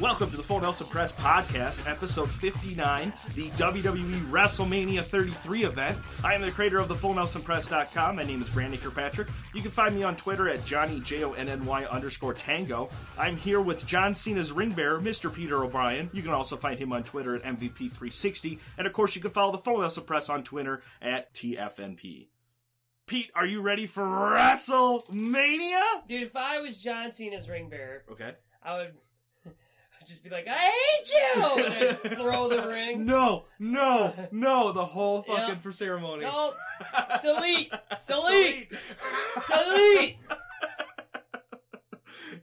Welcome to the Full Nelson Press Podcast, episode 59, the WWE WrestleMania 33 event. I am the creator of the FullNelsonPress.com. My name is Brandon Kirkpatrick. You can find me on Twitter at Johnny, J-O-N-N-Y underscore tango. I'm here with John Cena's ring bearer, Mr. Peter O'Brien. You can also find him on Twitter at MVP360. And of course, you can follow the Full Nelson Press on Twitter at TFNP. Pete, are you ready for WrestleMania? Dude, if I was John Cena's ring bearer, Okay. I would I'd just be like, I hate you! And I'd throw the ring. No, no, no, the whole Yeah. fucking for ceremony. Nope. delete! Delete! delete!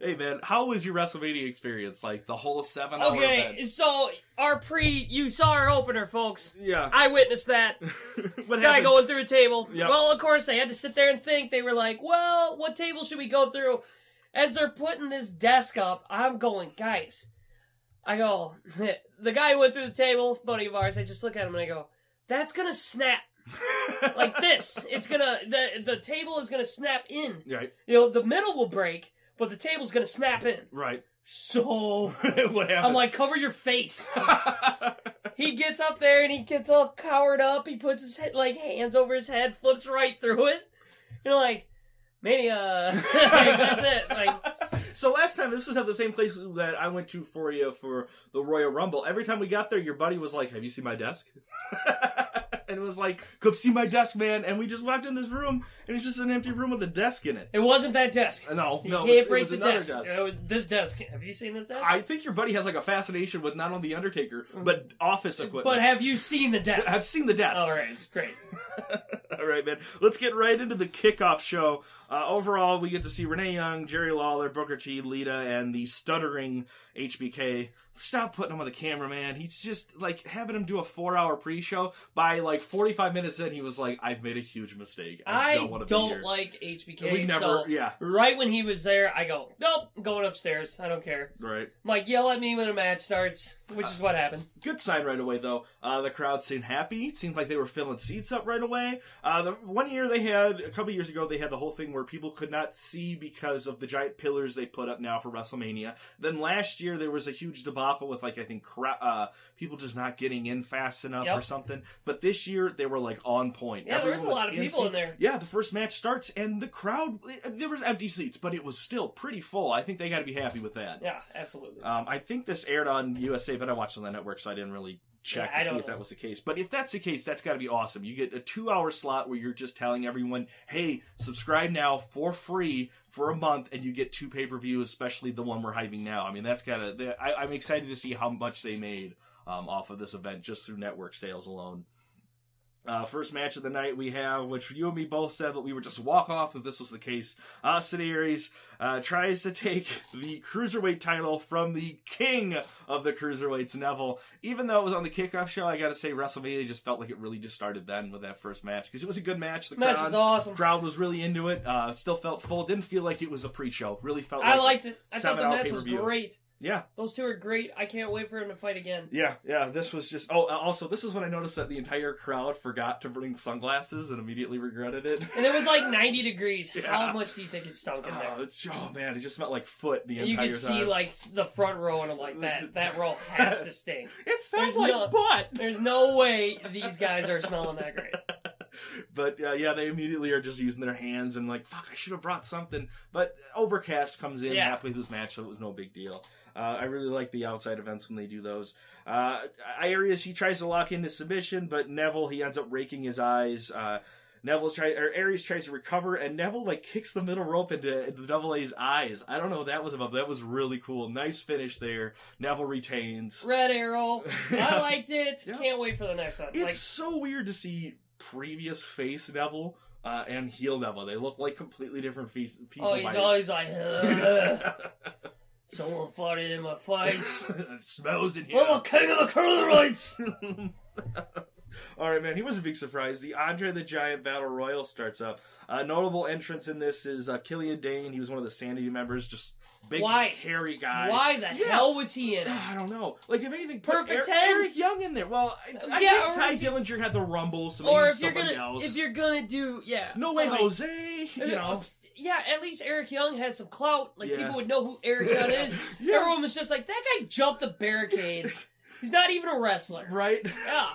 hey man, how was your WrestleMania experience? Like the whole seven hour Okay, event? so our pre, you saw our opener, folks. Yeah. I witnessed that. what Guy happened? going through a table. Yep. Well, of course, they had to sit there and think. They were like, well, what table should we go through? As they're putting this desk up, I'm going, guys. I go, the guy who went through the table, buddy of ours, I just look at him and I go, that's going to snap like this. It's going to, the, the table is going to snap in. Right, You know, the middle will break, but the table's going to snap in. right. So what happened? I'm like, cover your face. he gets up there and he gets all cowered up. He puts his head, like hands over his head, flips right through it. You're like, mania. like, that's it. Like, so last time, this was at the same place that I went to for you for the Royal Rumble. Every time we got there, your buddy was like, "Have you seen my desk?" and it was like, "Come see my desk, man." And we just walked in this room, and it's just an empty room with a desk in it. it wasn't that desk. No, You no, can't it was, it break was the another desk. desk. It was- this desk. Have you seen this desk? I think your buddy has like a fascination with not only the Undertaker but office equipment. Mm. but have you seen the desk? I've seen the desk. all right, it's great. All right, man. Let's get right into the kickoff show. Uh, overall, we get to see Renee Young, Jerry Lawler, Booker T, Lita, and the stuttering HBK. Stop putting him on the camera, man. He's just like having him do a four-hour pre-show. By like forty-five minutes in, he was like, "I've made a huge mistake. I, I don't want don't, to be here." like HBK. we never, so yeah, right when he was there, I go, nope, I'm going upstairs. I don't care. right. Mike, yell at me when a match starts, which is what happened. good sign right away though. Uh, the crowd seemed happy. It seemed like they were filling seats up right away. Uh, the one year they had a couple years ago, they had the whole thing where people could not see because of the giant pillars they put up now for WrestleMania. Then last year there was a huge debacle with like I think cra- uh, people just not getting in fast enough Yep. or something. But this year they were like on point. Yeah, there was a lot of people sync. in there. Yeah, the first match starts and the crowd eh, there was empty seats, but it was still pretty full. I think they got to be happy with that. Yeah, absolutely. Um, I think this aired on USA, but I watched it on the network, so I didn't really check Yeah, I to see don't if that know. was the case. But if that's the case, that's got to be awesome. You get a two-hour slot where you're just telling everyone, "Hey, subscribe now for free for a month," and you get two pay-per-views, especially the one we're hyping now. I mean, that's got to. I- I'm excited to see how much they made um, off of this event just through network sales alone. Uh, first match of the night we have, which you and me both said that we would just walk off if this was the case. Austin Aries uh, tries to take the cruiserweight title from the king of the cruiserweights, Neville. Even though it was on the kickoff show, I gotta say WrestleMania just felt like it really just started then with that first match because it was a good match. The match crowd, is awesome. crowd was really into it. Uh, still felt full. Didn't feel like it was a pre-show. Really felt. I like liked it. I thought the seven-hour match was pay-per-view. great. Yeah. Those two are great. I can't wait for him to fight again. Yeah, yeah. This was just. Oh, uh, also, this is when I noticed that the entire crowd forgot to bring sunglasses and immediately regretted it. And it was like 90 degrees. Yeah. How much do you think it stunk in oh, there? it's, oh man, it just smelled like foot the you entire could see time. like the front row, and I'm like, that that row has to stink. it smells there's like no- butt. There's no way these guys are smelling that great. But uh, yeah, they immediately are just using their hands and like, fuck, I should have brought something. But Overcast comes in Yeah. halfway through this match, so it was no big deal. Uh, I really like the outside events when they do those. Uh, Arius, he tries to lock into submission, but Neville, he ends up raking his eyes. Uh, Neville try or Aries tries to recover, and Neville like kicks the middle rope into, into Double A's eyes. I don't know what that was about. But that was really cool. Nice finish there. Neville retains. Red Arrow. I liked it. Yeah. Can't wait for the next one. It's like, so weird to see previous face Neville uh, and heel Neville. They look like completely different face, people. oh, he's by- always like, "Ugh, someone farted in my face. smells in here. Well, king of the cruiserweights. All right, man. He was a big surprise. The Andre the Giant Battle Royal starts up. A notable entrance in this is uh, Killian Dane. He was one of the Sanity members. Just big, Why? hairy guy. Why the Yeah. hell was he in? it? I don't know. Like, if anything, put Perfect Eric, 10? Eric Young in there. Well, I, I Yeah, think or Ty if- Dillinger had the Rumble, so maybe or if you're somebody gonna else. if you're gonna do yeah no way, somebody- Uh, Jose. You know, yeah, at least Eric Young had some clout. Like Yeah. people would know who Eric Young is. Yeah. Everyone was just like, that guy jumped the barricade. He's not even a wrestler. right? Yeah.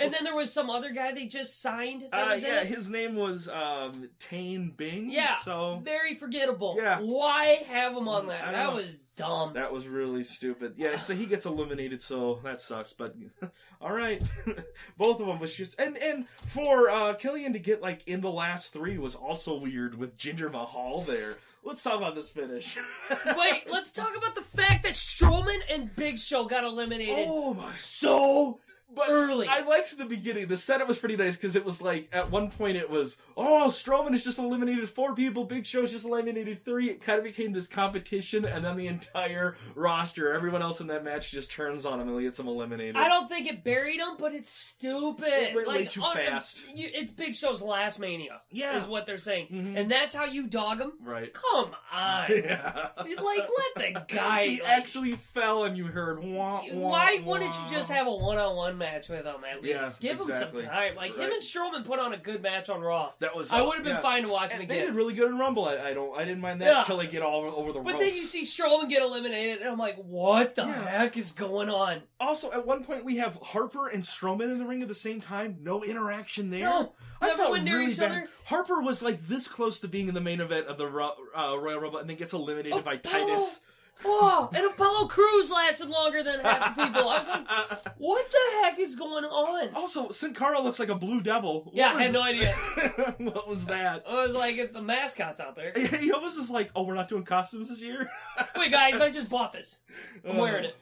And then there was some other guy they just signed. That Uh, was yeah, in it. his name was um, Tane Bing. Yeah. So Very forgettable. Yeah. Why have him on I that? don't That know. was dumb. that was really stupid. Yeah. So he gets eliminated. So that sucks. But all right, both of them was just and and for uh, Killian to get like in the last three was also weird with Ginger Mahal there. Let's talk about this finish. Wait, let's talk about the fact that Strowman and Big Show got eliminated. oh my So But early. I liked the beginning. The setup was pretty nice because it was like at one point it was, oh, Strowman has just eliminated four people, Big Show's just eliminated three. It kind of became this competition, and then the entire roster, everyone else in that match, just turns on him and gets him eliminated. I don't think it buried him, but it's stupid. It went like, way too oh, fast. you- It's Big Show's last mania. Yeah. is what they're saying, Mhm. and that's how you dog him. Right. Come on, Yeah. like let the guy. he like, actually fell, and you heard wah. you- wah, why wah. wouldn't you just have a one-on-one match with him at least? Yeah, Give exactly. him some time. Like him Right. and Strowman put on a good match on Raw. That was. I would have been yeah. fine to watch him And they did again. really good in Rumble. I, I don't. I didn't mind that Yeah. until they get all over the But ropes. then you see Strowman get eliminated, and I'm like, what the Yeah. heck is going on? Also, at one point, we have Harper and Strowman in the ring at the same time. No interaction there. No, I never felt went near really each bad. other. Harper was like this close to being in the main event of the Ro- uh, Royal Rumble, and then gets eliminated by Apollo- Titus. Oh, and Apollo Crews lasted longer than half the people. I was like, what the heck is going on? also, Sin Cara looks like a blue devil. What Yeah, I Oh, was- had no idea. Oh. what was that? I was like, if the mascot's out there. He almost was like, "Oh, we're not doing costumes this year." Wait, guys, I just bought this. I'm Oh. wearing it.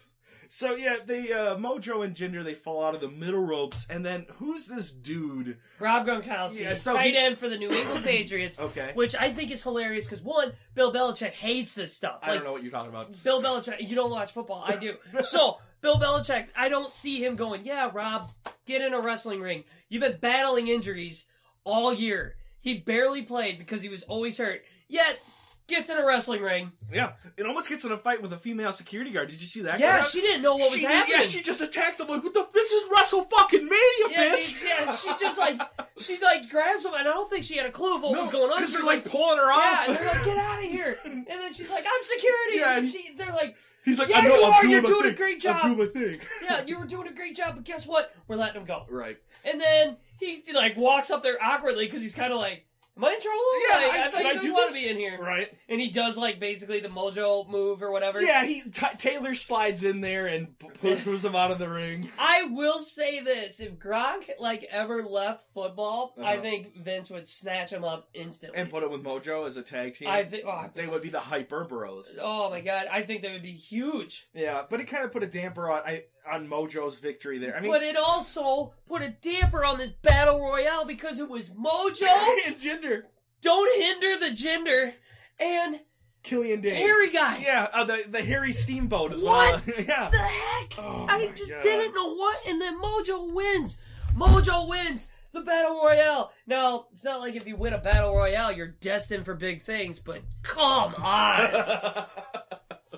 So yeah, they uh, Mojo and Jinder they fall out of the middle ropes, and then who's this dude? Rob Gronkowski, Yeah, so tight he- end for the New England Patriots, Okay, which I think is hilarious because one, Bill Belichick hates this stuff. I don't know what you're talking about. Bill Belichick, you don't watch football. I do. So, Bill Belichick, I don't see him going, yeah, Rob, get in a wrestling ring. You've been battling injuries all year. He barely played because he was always hurt. Yet, gets in a wrestling ring. Yeah, it almost gets in a fight with a female security guard. Did you see that? Yeah, crap? she didn't know what was She- happening. Yeah, she just attacks him like, what the? This is Russell fucking Mania, Yeah, dude, bitch. yeah, she just like she like grabs him, and I don't think she had a clue of what was going on. Because She they're was like pulling her yeah, off. and they're like, get out of here. And then she's like, I'm security. Yeah, and and- she, they're like, He's like, Yeah, I know, you I'm are, doing you're my doing a thing. great I'm job. doing my thing. yeah, you were doing a great job, but guess what? We're letting him go. Right. And then he, he, like walks up there awkwardly because he's kind of like, am I in trouble? Yeah, like, I- I, can thought you I didn't do want to this? be in here. Right. And he does like basically the mojo move or whatever. Yeah, he t- Taylor slides in there and p- pushes him out of the ring. I will say this: if Gronk like ever left football, I Uh-huh. think Vince would snatch him up instantly. And put it with Mojo as a tag team. I think oh, they would be the Hyper Bros. Oh my god, I think that would be huge. Yeah, but it kind of put a damper on I, on Mojo's victory there. I mean, but it also put a damper on this battle royale because it was Mojo. and Jinder, don't hinder the gender and Killian Dane. hairy guy. Yeah, uh, the the hairy steamboat as What? well. yeah. The heck! Oh I my just God. didn't know what. And then Mojo wins. Mojo wins the battle royale. Now it's not like if you win a battle royale, you're destined for big things. But come on,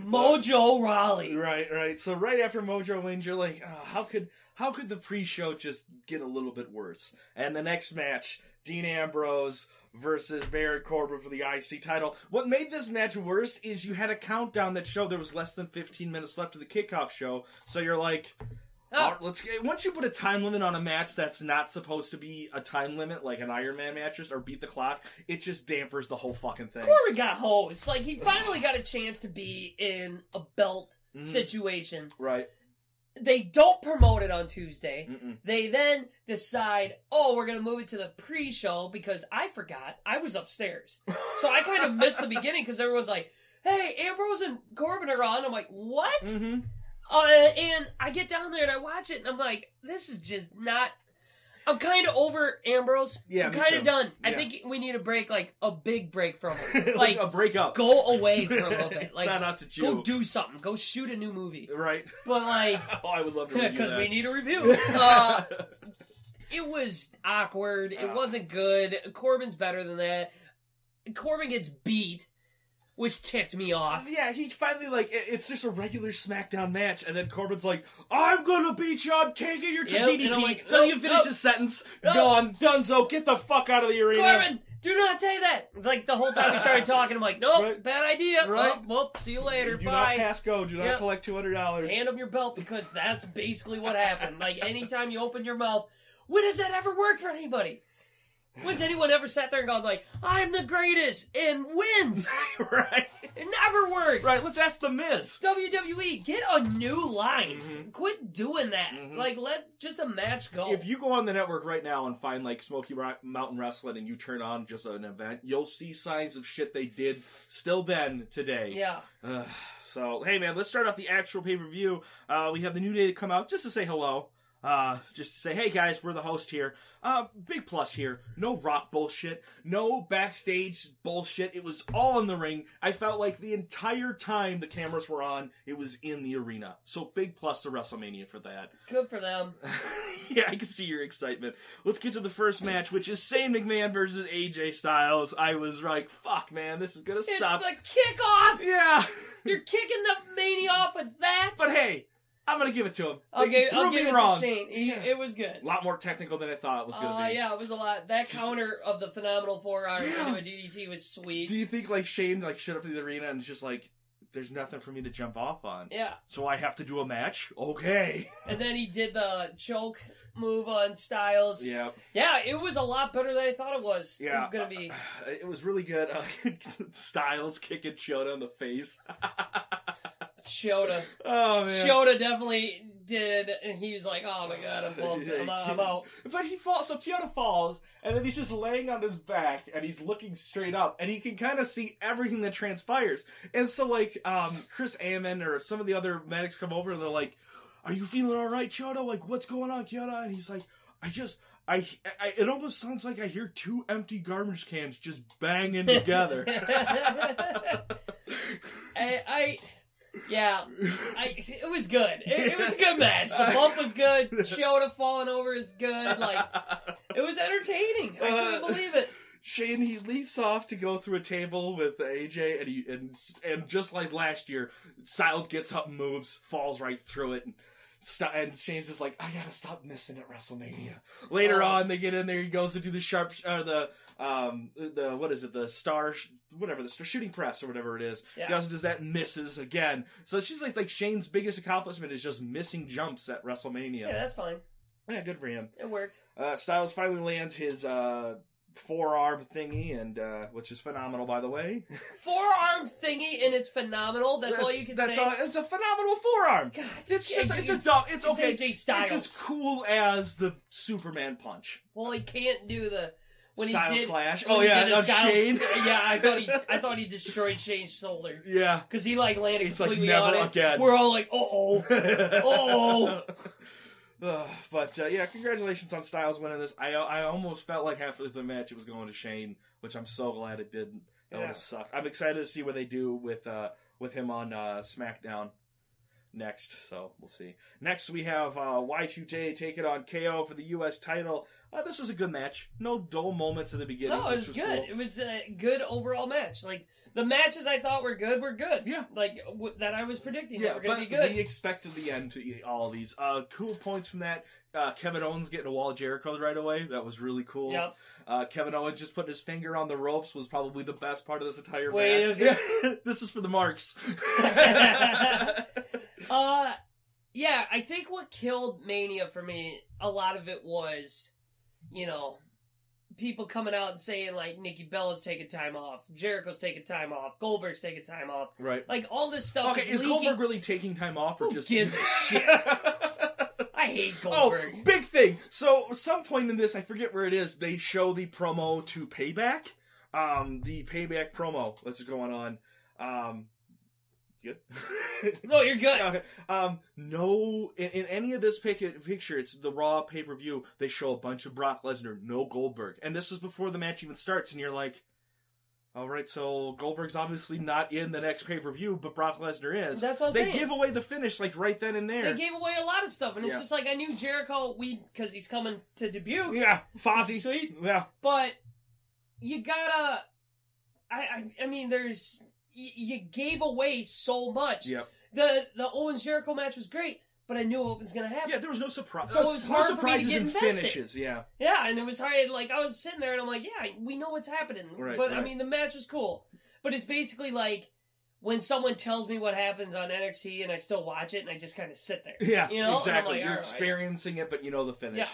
Mojo Raleigh. Right, right. So right after Mojo wins, you're like, oh, how could how could the pre-show just get a little bit worse? And the next match, Dean Ambrose versus Baron Corbin for the IC title. What made this match worse is you had a countdown that showed there was less than 15 minutes left of the kickoff show. So you're like, Ah. all right, let's get, once you put a time limit on a match that's not supposed to be a time limit, like an Iron Man matches or beat the clock, it just dampers the whole fucking thing. Corbin got hosed. Like he finally got a chance to be in a belt Mhm. situation. Right. They don't promote it on Tuesday. Mm-mm. They then decide, oh, we're gonna move it to the pre-show because I forgot I was upstairs, so I kind of missed the beginning because everyone's like, "Hey, Ambrose and Corbin are on." I'm like, "What?" Mm-hmm. Uh, and I get down there and I watch it, and I'm like, "This is just not." I'm kind of over Ambrose. Yeah, I'm me kind too. of done. I Yeah. think we need a break, like a big break from him. like, like a breakup. go away for a little bit. Like, not us, it's you. go do something. Go shoot a new movie. Right. But like, Oh, I would love to review because that. we need a review. Uh, it was awkward. It Yeah. wasn't good. Corbin's better than that. Corbin gets beat, which ticked me off. yeah, he finally like it- it's just a regular SmackDown match, and then Corbin's like, "I'm gonna beat you. I'm taking your to Yep, and DDP." I'm like, Doesn't nope, even finish nope, his sentence. nope. Gone. Dunzo. Get the fuck out of the arena. Corbin, do not say that. Like the whole time we started talking, I'm like, nope, Right. bad idea. Right. Well, well, see you later. do Bye. not pass go. Do not Yep. collect two hundred dollars. Hand them your belt because that's basically what happened. Like anytime you open your mouth, when has that ever worked for anybody? When's anyone ever sat there and gone like, "I'm the greatest" and wins? right, It never works. right. Let's ask the Miz. WWE, E, get a new line. Mhm. Quit doing that. Mhm. Like, let just a match go. If you go on the network right now and find like Smoky Rock Mountain Wrestling and you turn on just an event, you'll see signs of shit they did still then today. yeah, Ugh. so hey man, let's start off the actual pay per view. Uh, we have the new day to come out just to say hello. Uh, just to say, hey guys, we're the host here. Uh, big plus here. No rock bullshit. No backstage bullshit. It was all in the ring. I felt like the entire time the cameras were on, it was in the arena. So big plus to WrestleMania for that. good for them. yeah, I can see your excitement. Let's get to the first match, which is Shane McMahon versus AJ Styles. I was like, fuck man, this is gonna It's stop. the kickoff. yeah. You're kicking the mania off with that. But hey, I'm gonna give it to him. okay, Prove I'll give me it wrong. to Shane. He- Yeah. It was good. A lot more technical than I thought it was gonna Uh, be. yeah, it was a lot. That counter of the phenomenal forearm Yeah. into a DDT was sweet. Do you think like Shane like showed up to the arena and is just like, there's nothing for me to jump off on, yeah, so I have to do a match? Okay. and then he did the choke move on Styles. Yeah, Yeah. it was a lot better than I thought it was. Yeah. gonna be. It was really good. Uh, Styles kicking Shota in the face. Shota. Oh man. Shota definitely did, and he was like, "Oh my god, I'm pumped. I'm, I'm out." But he falls. So Kyoto falls, and then he's just laying on his back, and he's looking straight up, and he can kind of see everything that transpires. And so, like, um, Chris Ammon or some of the other medics come over, and they're like, "Are you feeling all right, Kyoto? Like, what's going on, Kyoto?" And he's like, "I just." I, I, it almost sounds like I hear two empty garbage cans just banging together. I, I, yeah, I, it was good. It, it was a good match. The bump was good. Shota falling over is good. Like it was entertaining. I couldn't Uh, believe it. Shane he leaps off to go through a table with AJ and he and and just like last year, Styles gets up, and moves, falls right through it, and Sty- and Shane's just like, I gotta stop missing at WrestleMania. Later Oh. on, they get in there. He goes to do the sharp or the um the what is it the star sh- whatever the star shooting press or whatever it is. Yeah. He also does that and misses again. So she's like like Shane's biggest accomplishment is just missing jumps at WrestleMania. Yeah, that's fine. yeah good for him. It worked. Uh, Styles finally lands his uh, forearm thingy, and uh, which is phenomenal, by the way. Forearm thingy, and it's phenomenal. That's, all you can that's say. all- it's a phenomenal forearm. God, It's just it's a it's, dumb. It's okay. AJ Styles. It's as cool as the Superman punch. Well, he can't do the when Styles he did. clash. when Oh he yeah, did his of Styles- Shane. yeah, I thought he, I thought he destroyed Shane's shoulder yeah. because he like landed He's like, completely "Never on it. again." We're all like, uh oh. Oh. Ugh, but uh, yeah, congratulations on Styles winning this. I I almost felt like half of the match it was going to Shane, which I'm so glad it didn't. That would Yeah. have sucked. I'm excited to see what they do with uh with him on uh, SmackDown next. So we'll see. Next we have uh, Y2J take it on KO for the U.S. title. Uh, this was a good match. No dull moments at the beginning. No, it which was good. cool. It was a good overall match. Like the matches I thought were good were good. Yeah. like w- that I was predicting Yeah, that were going but to be good. we expected the end to eat all of these. Uh, cool points from that. Uh, Kevin Owens getting a wall of Jericho's right away. That was really cool. Yep. Uh, Kevin Owens just putting his finger on the ropes was probably the best part of this entire Wait, match. this is for the marks. Uh, yeah, I think what killed Mania for me, a lot of it was, you know, people coming out and saying like Nikki Bella's taking time off, Jericho's taking time off, Goldberg's taking time off, right. like all this stuff Okay, is, is leaking. Goldberg really taking time off or Who just gives a shit? I hate Oh, Goldberg. big thing. So, some point in this, I forget where it is, they show the promo to Payback. Um, the Payback promo that's going on. Um, good. No, you're good. okay. Um, no, in, in any of this pic- picture, it's the Raw pay per view. They show a bunch of Brock Lesnar, no Goldberg, and this was before the match even starts, and you're like. All right, so Goldberg's obviously not in the next pay per view, but Brock Lesnar is. That's what I'm they saying. give away the finish like right then and there. They gave away a lot of stuff, and it's Yeah. just like I knew Jericho, we because he's coming to Dubuque, yeah, Fozzy. Sweet. Yeah, but you gotta. I I, I mean, there's you, you gave away so much. yep. The the Owens Jericho match was great, but I knew what was going to happen. Yeah, there was no surprise. So it was no hard for me to surprises get and invested. finishes. Yeah, Yeah, and it was hard. Like I was sitting there, and I'm like, yeah, we know what's happening. Right, but I right. mean, the match was cool. But it's basically like when someone tells me what happens on NXT, and I still watch it, and I just kind of sit there. yeah, You know? And I'm exactly. like, You're all right. experiencing it, but you know the finish. Yeah.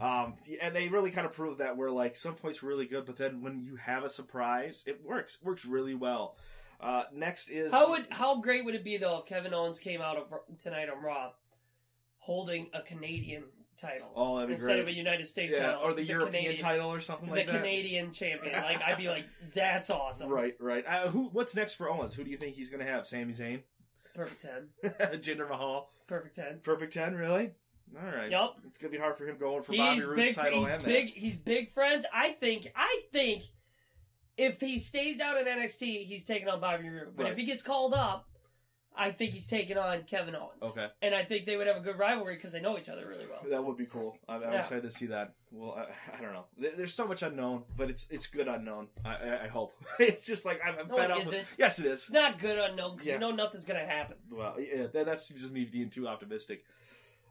Um, and they really kind of prove that where like some points were really good, but then when you have a surprise, it works. It works really well. Uh, next is How would how great would it be though if Kevin Owens came out of, tonight on Raw holding a Canadian title oh that'd be instead great. of a United States yeah, title or the, European Canadian, title or something the like that. Canadian champion? Like I'd be like, that's awesome. Right, right. Uh, who? What's next for Owens? Who do you think he's going to have? Sami Zayn, Perfect ten. Jinder Mahal, Perfect ten. Perfect Ten, really? All right. Yup. It's going to be hard for him going for Bobby He's Roode's big. title He's and that. big. He's big friends. I think. I think if he stays down in NXT, he's taking on Bobby Roode. But Right. if he gets called up, I think he's taking on Kevin Owens. Okay. And I think they would have a good rivalry because they know each other really well. That would be cool. I'm, I'm Yeah. excited to see that. Well, I, I don't know. There, there's so much unknown, but it's it's good unknown. I, I, I hope. it's just like I'm, I'm No, fed it up. With, isn't. yes, it It's is. not good unknown because Yeah. you know nothing's gonna happen. Well, yeah, that, that's just me being too optimistic.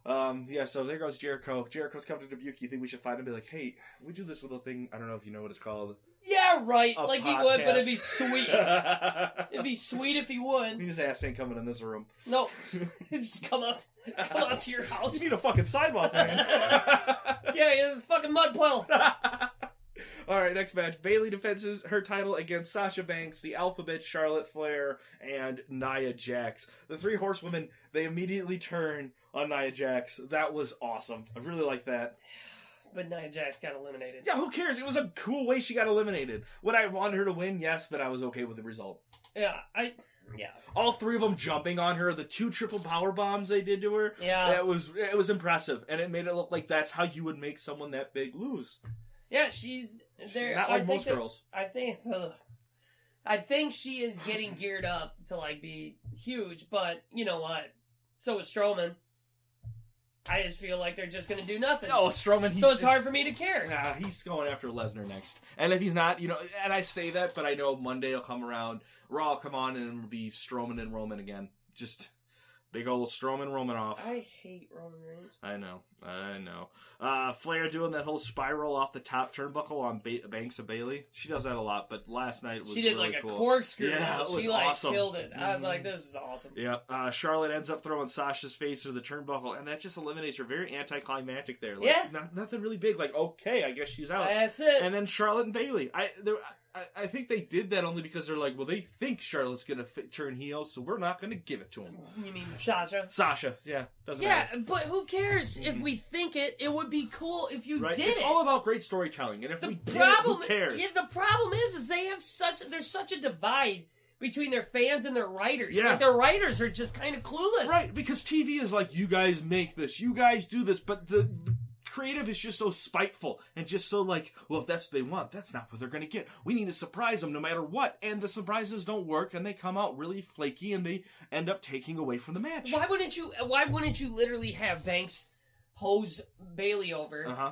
Um, yeah, so there goes Jericho. Jericho's coming to Dubuque. You think we should fight him? Be like, hey, we do this little thing. I don't know if you know what it's called. Yeah, right. A like he would, but it'd be sweet. it'd sweet. be sweet if he would. His ass ain't coming in this room. No, just come out, come out to your house. You need a fucking sidewalk, man. Yeah, it's a fucking mud puddle. All right, next match. Bailey defends her title against Sasha Banks, the Alphabet, Charlotte Flair, and Nia Jax. The three horsewomen, they immediately turn on Nia Jax. That was awesome. I really like that. But Nia Jax got eliminated. Yeah, who cares? It was a cool way she got eliminated. Would I want her to win? Yes, but I was okay with the result. Yeah, I. Yeah, All three of them jumping on her, the two triple power bombs they did to her. yeah. That was it was impressive, and it made it look like that's how you would make someone that big lose. Yeah, she's there. I Not like think most that- girls. I think. ugh. I think she is getting geared up to like be huge, but you know what? So is Strowman. I just feel like they're just gonna do nothing. No, Oh, so Strowman. he's- it's hard for me to care. Nah, Ah, he's going after Lesnar next. And if he's not, you know, and I say that, but I know Monday will come around, Raw will come on, and it'll be Strowman and Roman again. Just big old Strowman Roman off. I hate Roman Reigns. I know, I know. Uh, Flair doing that whole spiral off the top turnbuckle on ba- Banks of Bailey. She does that a lot, but last night was She did really like a cool. corkscrew. Yeah, roll. it was she like awesome. killed it. I was like, Mhm. this is awesome. Yeah, uh, Charlotte ends up throwing Sasha's face through the turnbuckle, and that just eliminates her. Very anticlimactic there. Like, Yeah. not, nothing really big. Like, okay, I guess she's out. That's it. and then Charlotte and Bailey. I, there- I I think they did that only because they're like, well, they think Charlotte's gonna fi- turn heel, so we're not gonna give it to him. you mean Sasha? Mm-hmm. Sasha, yeah, doesn't Yeah, matter. but who cares if Mhm. we think it? It would be cool if you Right? did it's it. all about great storytelling, and if we The did problem, it, who cares? yeah, the problem is, is they have such there's such a divide between their fans and their writers. Yeah. Like their writers are just kind of clueless. Right, because TV is like, you guys make this, you guys do this, but the, the creative is just so spiteful and just so like, well, if that's what they want, that's not what they're gonna get. We need to surprise them no matter what, and the surprises don't work, and they come out really flaky, and they end up taking away from the match. Why wouldn't you? Why wouldn't you literally have Banks hose Bailey over? Uh huh.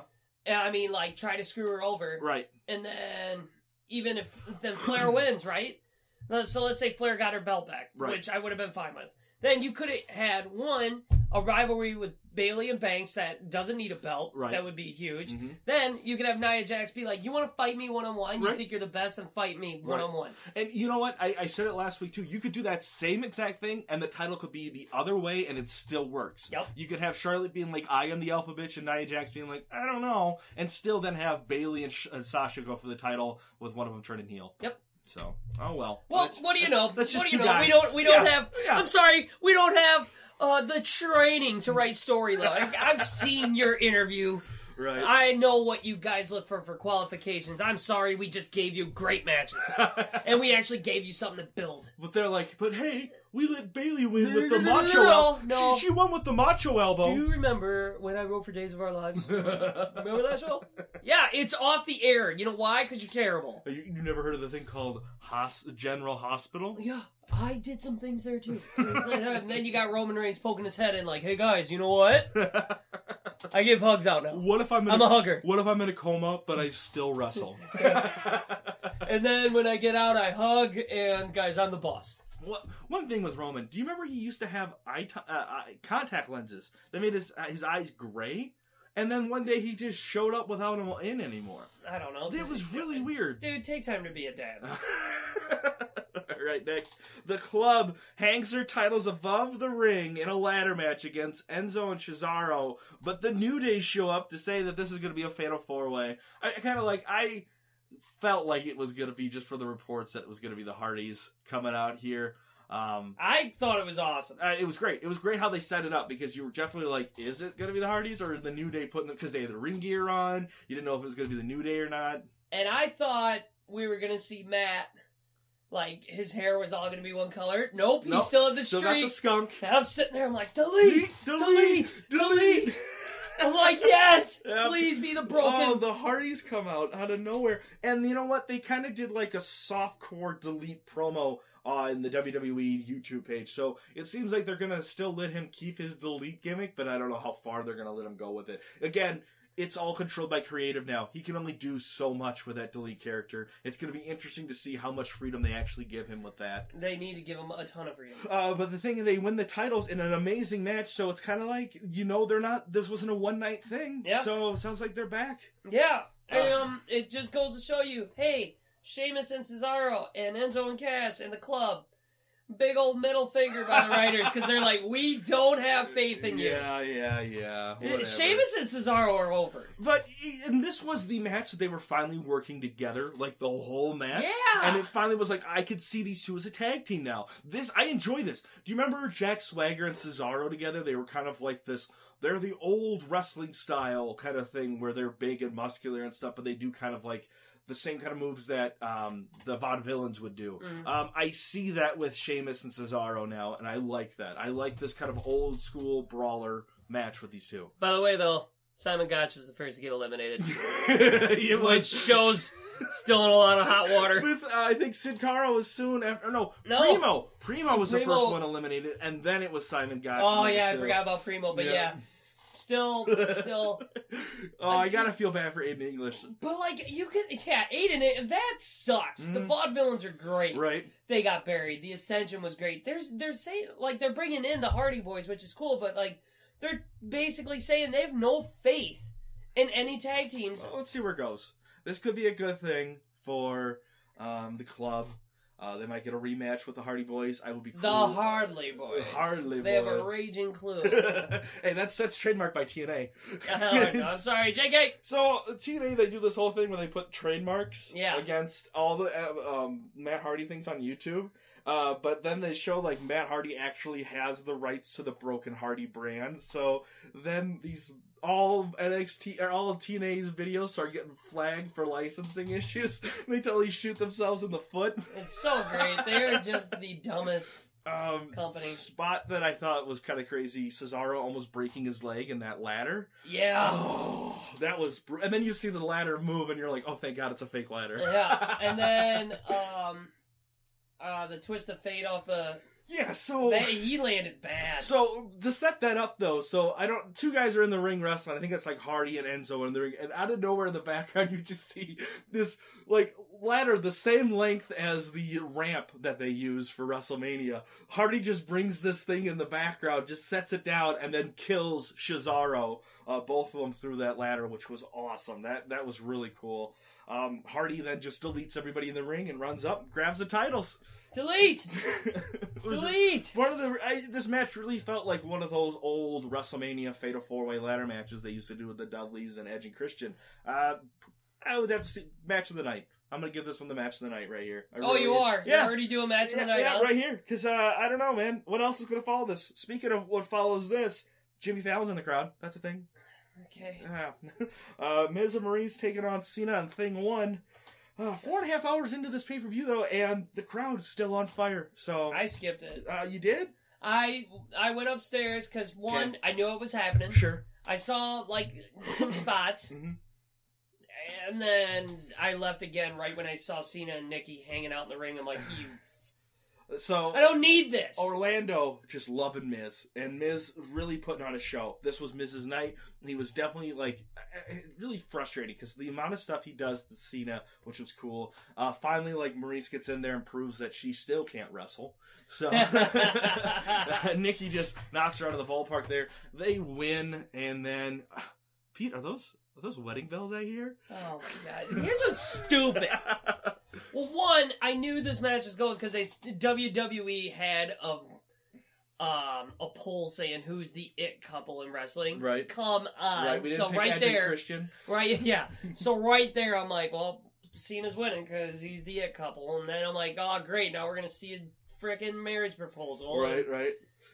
I mean, like try to screw her over, Right. and then even if then Flair wins, right? Let- So let's say Flair got her belt back, Right. which I would have been fine with. Then you could have had one a rivalry with Bailey and Banks that doesn't need a belt. Right. That would be huge. Mhm. Then you could have Nia Jax be like, "You want to fight me one on one? You Right. think you're the best, and fight me Right. one on one." And you know what? I, I said it last week too. You could do that same exact thing, and the title could be the other way, and it still works. Yep. You could have Charlotte being like, "I am the Alpha Bitch," and Nia Jax being like, "I don't know," and still then have Bailey and, Sh- and Sasha go for the title with one of them turning heel. Yep. So, oh well. Well, That's- what do you know? that's just what do you two know? guys. We don't. We don't Yeah, have. yeah. I'm sorry. We don't have uh, the training to write story. Though I, I've seen your interview. right. I know what you guys look for for qualifications. I'm sorry. We just gave you great matches, and we actually gave you something to build. but they're like, "But hey, we let Bailey win No, with no, no, the no, macho no, elbow. no. She, she won with the macho Do elbow." you remember when I wrote for Days of Our Lives? Remember that show? Yeah, it's off the air. You know why? Because you're terrible. Uh, You, you never heard of the thing called Hos- General Hospital? Yeah, I did some things there too. and then you got Roman Reigns poking his head in, like, "Hey guys, you know what? I give hugs out now. What if I'm in I'm a hugger." What if I'm in a coma but I still wrestle? And then when I get out, I hug, and guys, I'm the boss. What, one thing with Roman, do you remember he used to have eye, t- uh, eye contact lenses that made his uh, his eyes gray, and then one day he just showed up without them in anymore. I don't know. It was really weird. Dude, take time to be a dad. All right, next. The club hangs their titles above the ring in a ladder match against Enzo and Cesaro, but the New Day show up to say that this is going to be a fatal four way. I, I kind of like, I felt like it was going to be just for the reports that it was going to be the Hardys coming out here. Um, I thought it was awesome. uh, it was great. It was great how they set it up because you were definitely like, is it going to be the Hardys or the New Day putting them? Because they had the ring gear on. You didn't know if it was going to be the New Day or not. And I thought we were gonna see Matt, like his hair was all gonna be one color. Nope, he Nope, still has the Still got the streak. skunk. and I'm sitting there, I'm like, delete. delete, delete. delete. I'm like, yes, Yeah. please be the broken. Oh, the Hardys come out out of nowhere, and you know what? They kind of did like a softcore delete promo on the WWE YouTube page. So it seems like they're gonna still let him keep his delete gimmick, but I don't know how far they're gonna let him go with it. Again, it's all controlled by creative now. He can only do so much with that delete character. It's gonna be interesting to see how much freedom they actually give him with that. they need to give him a ton of freedom. Uh, but the thing is, they win the titles in an amazing match, so it's kind of like you know they're not. This wasn't a one night thing, Yeah. so it sounds like they're back. Yeah, and, Uh. um, it just goes to show you, hey, Sheamus and Cesaro and Enzo and Cass and the club, big old middle finger by the writers because they're like, we don't have faith in you. Yeah, yeah, yeah. Uh, whatever. Sheamus and Cesaro are over. But and this was the match that they were finally working together, like the whole match. Yeah. And it finally was like I could see these two as a tag team now. This I enjoy this. Do you remember Jack Swagger and Cesaro together? They were kind of like this. They're the old wrestling style kind of thing where they're big and muscular and stuff, but they do kind of like the same kind of moves that um, the vaudevillains would do. Mhm. Um, I see that with Sheamus and Cesaro now, and I like that. I like this kind of old school brawler match with these two. By the way, though, Simon Gotch was the first to get eliminated, it which shows still in a lot of hot water. With, uh, I think Sid Cara was soon after. No, No. Primo. Primo was the Primo- first one eliminated, and then it was Simon Gotch. Oh number yeah, I two. forgot about Primo, but Yeah. yeah, still, still. Oh, I gotta feel bad for Aiden English, But like you can, yeah, Aiden, it, that sucks. The Mhm. vaudevillains are great. right? They got buried. The Ascension was great. There's, they're saying like they're bringing in the Hardy Boys, which is cool, but like they're basically saying they have no faith in any tag teams. Well, let's see where it goes. This could be a good thing for um, the club. Uh, they might get a rematch with the Hardy Boys. I will be The cruel. Hardley Boys. Hardly They have a Boys. raging clue. hey, that's that's trademarked by TNA. I'm sorry, JK. So TNA, they do this whole thing where they put trademarks Yeah. against all the uh, um, Matt Hardy things on YouTube. Uh, but then they show like Matt Hardy actually has the rights to the Broken Hardy brand. So then these all NXT or all of TNA's videos start getting flagged for licensing issues. they totally shoot themselves in the foot. It's so great. They are just the dumbest. Um, Company. spot that I thought was kind of crazy. Cesaro almost breaking his leg in that ladder. Yeah. Oh, that was, br- and then you see the ladder move, and you're like, "Oh, thank God, it's a fake ladder." Yeah. And then um uh the twist of fate off the yeah. So, that, he landed bad. Oh. so to set that up though, so I don't. Two guys are in the ring wrestling. I think it's like Hardy and Enzo in the ring, and out of nowhere in the background, you just see this like ladder the same length as the ramp that they use for WrestleMania. Hardy just brings this thing in the background, just sets it down, and then kills Cesaro. Uh, both of them through that ladder, which was awesome. That that was really cool. Um, Hardy then just deletes everybody in the ring and runs up, and grabs the titles. Delete! It was- Delete! one of the I, this match really felt like one of those old WrestleMania Fatal Four Way Ladder matches they used to do with the Dudleys and Edge and Christian. Uh, I would have to see match of the night. I'm gonna give this one the match of the night right here. I Oh, really- you are. Yeah. You're already doing match of the Yeah, night, yeah, huh? right here. Because uh, I don't know, man. What else is gonna follow this? Speaking of what follows this, Jimmy Fallon's in the crowd. That's a thing. Okay. Yeah. Uh, Miz and Maurice taking on Cena on Thing One. Uh, four and a half hours into this pay per view though, and the crowd's still on fire. So I skipped it. uh, you did? I I went upstairs because one, I knew it was happening. Sure. I saw like some spots, Mhm. and then I left again right when I saw Cena and Nikki hanging out in the ring. I'm like, you So I don't need this. Oh, Orlando just loving Miz, and Miz really putting on a show. This was Miz's night. and He was definitely like eh, eh, really frustrating because the amount of stuff he does to Cena, which was cool. Uh, finally, like Maurice gets in there and proves that she still can't wrestle. So Nikki just knocks her out of the ballpark. There, they win, and then uh, Pete, are those are those wedding bells I hear? Oh my god! Here's what's stupid. Well, one, I knew this match was going because they WWE E had a um a poll saying who's the it couple in wrestling. Right. Come on. right, we didn't Uh, so pick right Edge and there, Christian. right? Yeah. so right there, I'm like, well, Cena's winning because he's the it couple, and then I'm like, oh great, now we're gonna see a freaking marriage proposal. Right, right.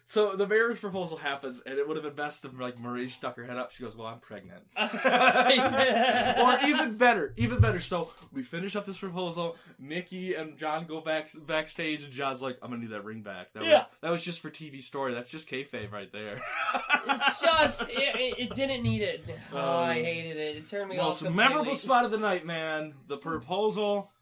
So the marriage proposal happens, and it would have been best if like Marie stuck her head up. She goes, "Well, I'm pregnant," or even better, even better. So we finish up this proposal. Nikki and John go back backstage, and John's like, "I'm gonna need that ring back." That was Yeah. that was just for TV story. That's just kayfabe right there. It's just it, it, it didn't need it. Oh, I Um, hated it. It turned me off. Most completely. memorable spot of the night, man. The proposal.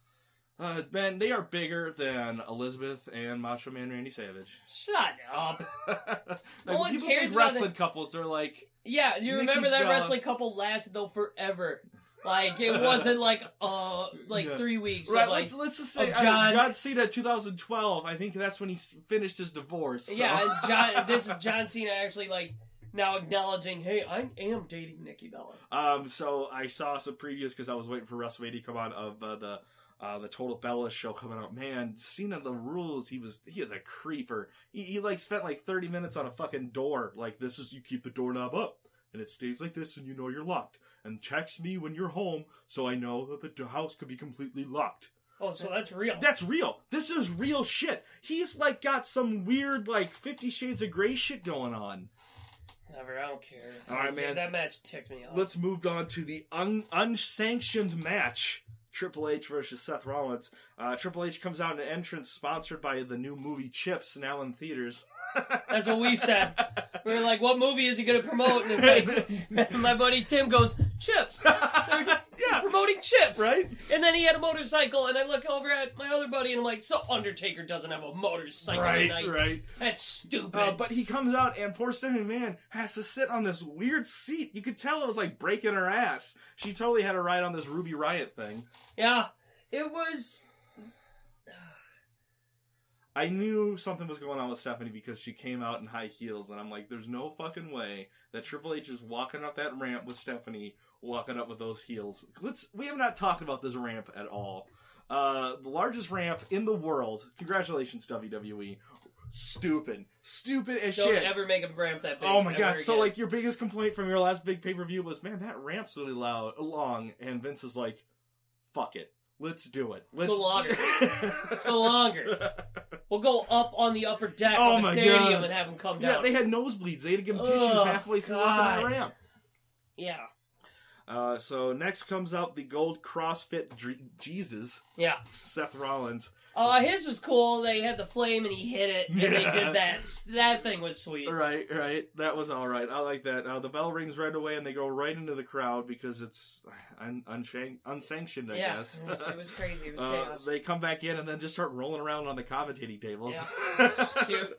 Uh, man, they are bigger than Elizabeth and Macho Man Randy Savage. Shut up. like, No one when people cares about think the- wrestling couples, they're like, Yeah, you Nikki remember that Bella. wrestling couple lasted though forever. Like it wasn't like uh like Yeah. three weeks. right, of, like let's, let's just say of I mean, John- John Cena 2012. I think that's when he s- finished his divorce. so- yeah, and John. This is John Cena actually like now acknowledging, hey, I am dating Nikki Bella. Um, so I saw some previews because I was waiting for WrestleMania to come on of uh, the uh, the Total Bella show coming out. Man, Cena the rules. He was he is a creeper. He, he like spent like thirty minutes on a fucking door. Like this is you keep the doorknob up and it stays like this, and you know you're locked. And text me when you're home so I know that the d- house could be completely locked. Oh, so that's real. That's real. This is real shit. He's like got some weird like Fifty Shades of Grey shit going on. Never. I don't care. All right, man. That match ticked me off. Let's move on to the un- unsanctioned match. Triple H versus Seth Rollins. Uh, Triple H comes out in an entrance sponsored by the new movie Chips, now in theaters. That's what we said. We were like, what movie is he going to promote? And it's like, my buddy Tim goes, Chips. yeah, promoting chips. Right? And then he had a motorcycle, and I look over at my other buddy, and I'm like, so Undertaker doesn't have a motorcycle right, tonight. right. That's stupid. Uh, but he comes out, and poor Stephanie Man has to sit on this weird seat. You could tell it was like breaking her ass. She totally had a ride on this Ruby Riot thing. yeah, it was. I knew something was going on with Stephanie because she came out in high heels, and I'm like, there's no fucking way that Triple H is walking up that ramp with Stephanie walking up with those heels. Let's we have not talked about this ramp at all. Uh, the largest ramp in the world. Congratulations, WWE. Stupid, stupid as Don't shit. ever make him ramp that big. Oh my ever god! So again. like your biggest complaint from your last big pay per view was, man, that ramp's really loud, long, and Vince is like, fuck it, let's do it. Let's go longer. Let's Let's go longer. We'll go up on the upper deck Oh of the my stadium God. and have him come Yeah, down. they had nosebleeds. They had to give them Ugh, tissues halfway through walking that Oh, God. ramp. yeah, Uh, so next comes out the gold CrossFit Dr- Jesus, yeah. Seth Rollins. Uh, his was cool. They had the flame, and he hit it, and they Yeah. did that. That thing was sweet. Right, right. That was all right. I like that. Uh, the bell rings right away, and they go right into the crowd because it's un- unshan- unsanctioned, I yeah, guess. it, was, it was crazy. It was Uh, chaos. they come back in and then just start rolling around on the commentating tables. Cute.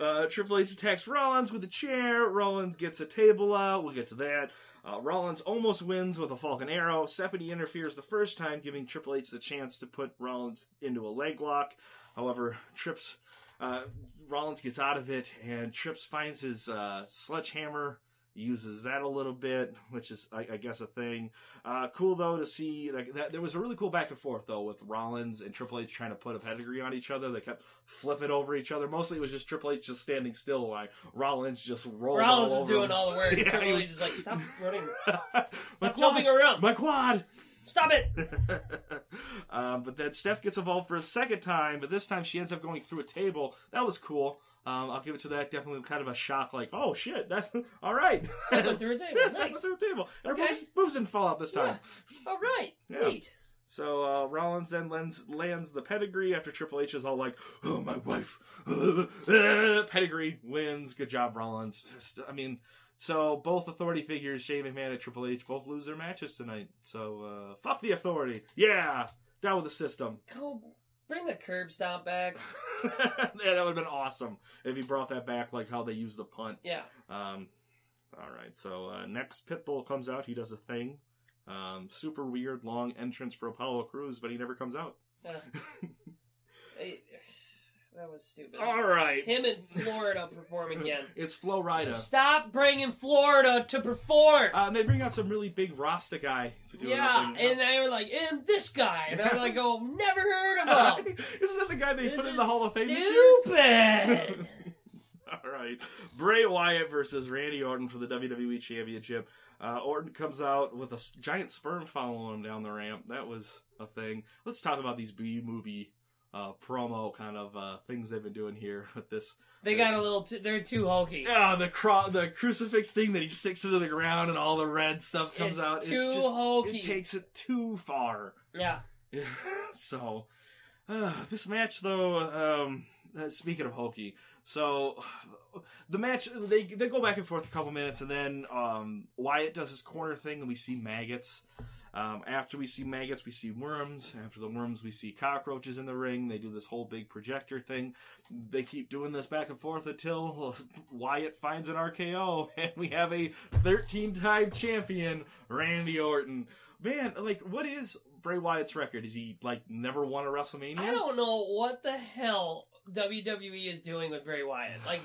uh, Triple H attacks Rollins with a chair. Rollins gets a table out. We'll get to that. Uh, Rollins almost wins with a Falcon Arrow. Stephanie interferes the first time, giving Triple H the chance to put Rollins into a leg lock. However, Trips uh, Rollins gets out of it, and Trips finds his uh, sledgehammer. Uses that a little bit, which is, I, I guess, a thing. Uh, cool though to see like that. There was a really cool back and forth though with Rollins and Triple H trying to put a pedigree on each other. They kept flipping over each other. Mostly it was just Triple H just standing still while Rollins just rolled. Rollins was all over doing him. all the work. Yeah, Triple he- H is like, stop running. my Stop jumping quad, around. my quad. Stop it. um, but then Steph gets involved for a second time, but this time she ends up going through a table. That was cool. Um, I'll give it to that. Definitely kind of a shock, like, oh shit, that's all right. Step it through a table. Yeah, Steph Nice. went through a table. And her Okay. boobs, boobs didn't fall out this time. Yeah. All right. Yeah. Neat. So uh, Rollins then lands, lands the pedigree after Triple H is all like, "Oh, my wife." Uh, pedigree wins. Good job, Rollins. Just, I mean, so both authority figures, Shane McMahon and Triple H, both lose their matches tonight. So uh, fuck the authority. Yeah, down with the system. Go Bring the curb stomp back. yeah, that would have been awesome if he brought that back, like how they used the punt. Yeah. Um, all right. So uh, next, Pitbull comes out. He does a thing. Um, super weird long entrance for Apollo Cruz, but he never comes out. yeah. It- Uh, that was stupid. all right. Him in Florida perform again. It's Flo Rida. Stop bringing Florida to perform. Uh, and they bring out some really big Rasta guy to do yeah, an opening. and they were like, and this guy, and I'm like, oh, never heard of him. Isn't that the guy they uh, This put in is the Hall of Fame this year? Stupid. All right. Bray Wyatt versus Randy Orton for the WWE Championship. Uh, Orton comes out with a s- giant sperm following him down the ramp. That was a thing. Let's talk about these B movie uh, promo kind of uh, things they've been doing here with this. they got a little. Too, they're too hokey. Ah, the cro- the crucifix thing that he sticks into the ground and all the red stuff comes It's out. too it's just, hokey. It takes it too far. Yeah. so, uh, this match though, um, uh, speaking of hokey, so the match they they go back and forth a couple minutes, and then um, Wyatt does his corner thing, and we see maggots. Um, after we see maggots, we see worms. After the worms, we see cockroaches in the ring. They do this whole big projector thing. They keep doing this back and forth until Wyatt finds an RKO, and we have a 13-time champion, Randy Orton. Man, like, what is Bray Wyatt's record? Is he like never won a WrestleMania? I don't know what the hell WWE is doing with Bray Wyatt. Like,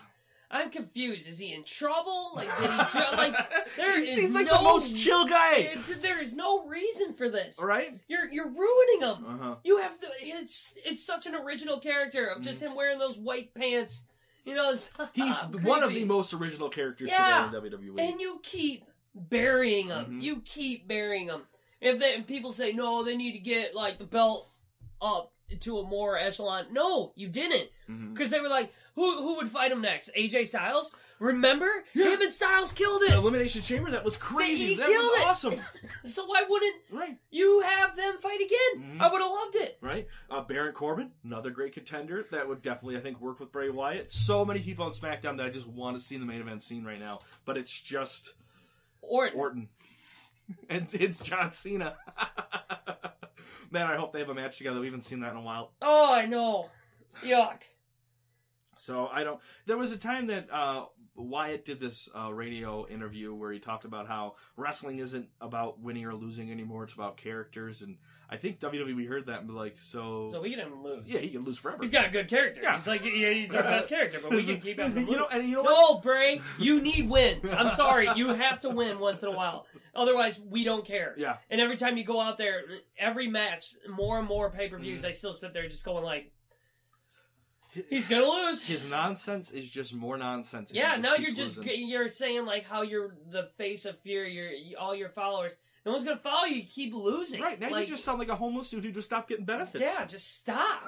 I'm confused. Is he in trouble? Like, did he do, like? there he is seems like the no- most chill guy, there- there is no reason for this. right? You're you're ruining him. Uh huh. You have the it's it's such an original character of just him wearing those white pants. You know, it's, Mm. He's Uh, creepy. one of the most original characters Yeah. today in E. WWE. And you keep burying him. Mhm. You keep burying him. If they, and people say no, they need to get like the belt up to a more echelon. No, you didn't, Mhm. because they were like, who who would fight him next? AJ Styles. Remember, Yeah. him and Styles killed The it. Elimination Chamber that was crazy. He That killed was it. awesome. So why wouldn't right, you have them fight again? Mhm. I would have loved it. right. Uh, Baron Corbin, another great contender that would definitely, I think, work with Bray Wyatt. So many people on SmackDown that I just want to see in the main event scene right now, but it's just Or Orton. And it's John Cena. Man, I hope they have a match together. We haven't seen that in a while. oh, I know. Yuck. So I don't. There was a time that uh, Wyatt did this uh, radio interview where he talked about how wrestling isn't about winning or losing anymore; it's about characters. And I think WWE heard that and be like, "So, So we can have him lose. yeah, he can lose forever." He's got a good character. Yeah. He's like yeah, he's our best character, but we can keep having him you lose. know, and you know what? No, Bray, you need wins. I'm sorry, you have to win once in a while. Otherwise, we don't care. Yeah, And every time you go out there, every match, more and more pay per Mm. views, I still sit there just going like, he's gonna lose. his nonsense is just more nonsense. and he yeah, now keeps you're just losing. g you're saying like how you're the face of fear. You're you- all your followers. No one's gonna follow you. You keep losing. right now. Like, you just sound like a homeless dude who just stopped getting benefits. yeah, just stop.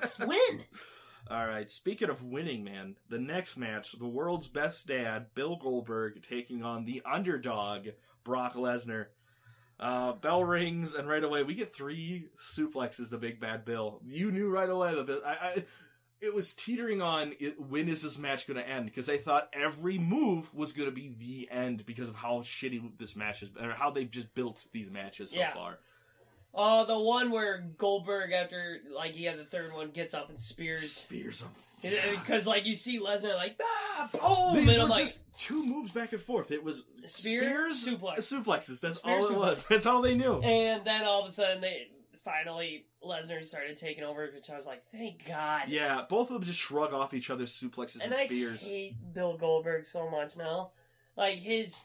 just win. All right. Speaking of winning, man, the next match, the world's best dad, Bill Goldberg, taking on the underdog, Brock Lesnar. Uh, bell rings, and right away we get three suplexes to Big Bad Bill. You knew right away that this, I, I, it was teetering on it, when is this match going to end? Because I thought every move was going to be the end because of how shitty this match is, or how they've just built these matches so Yeah. far. Oh, the one where Goldberg after like he had the third one gets up and spears Spears them. Because like you see Lesnar like ah boom, These and I'm were like just two moves back and forth. It was spear spears, suplex, suplexes. That's Spear all it was. That's all they knew. and then all of a sudden they finally Lesnar started taking over, which I was like, thank God. yeah, both of them just shrug off each other's suplexes and, and I spears. hate Bill Goldberg so much now. Like his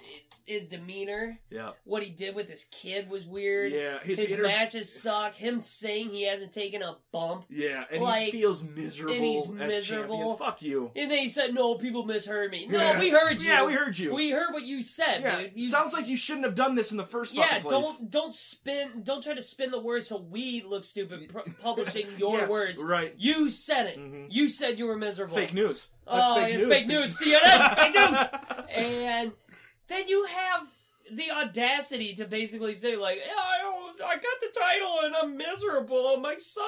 his demeanor, yeah, what he did with his kid was weird. yeah. His, His, inter- matches suck. Him saying he hasn't taken a bump, Yeah, and he like- feels miserable. and he's as Champion. miserable. Fuck you. and then he said, "No, people misheard me." No, Yeah. we heard you. Yeah, we heard you. We heard what you said, yeah, dude. You sounds like you shouldn't have done this in the first Yeah, fucking place. don't don't spin, don't try to spin the words so we look stupid. Pr- publishing your Yeah, words, right? you said it. Mhm. You said you were miserable. Fake news. That's Oh, fake it's news. fake news. CNN, fake news. And then you have the audacity to basically say like, "Yeah, I, don't- I got the title and I'm miserable. My son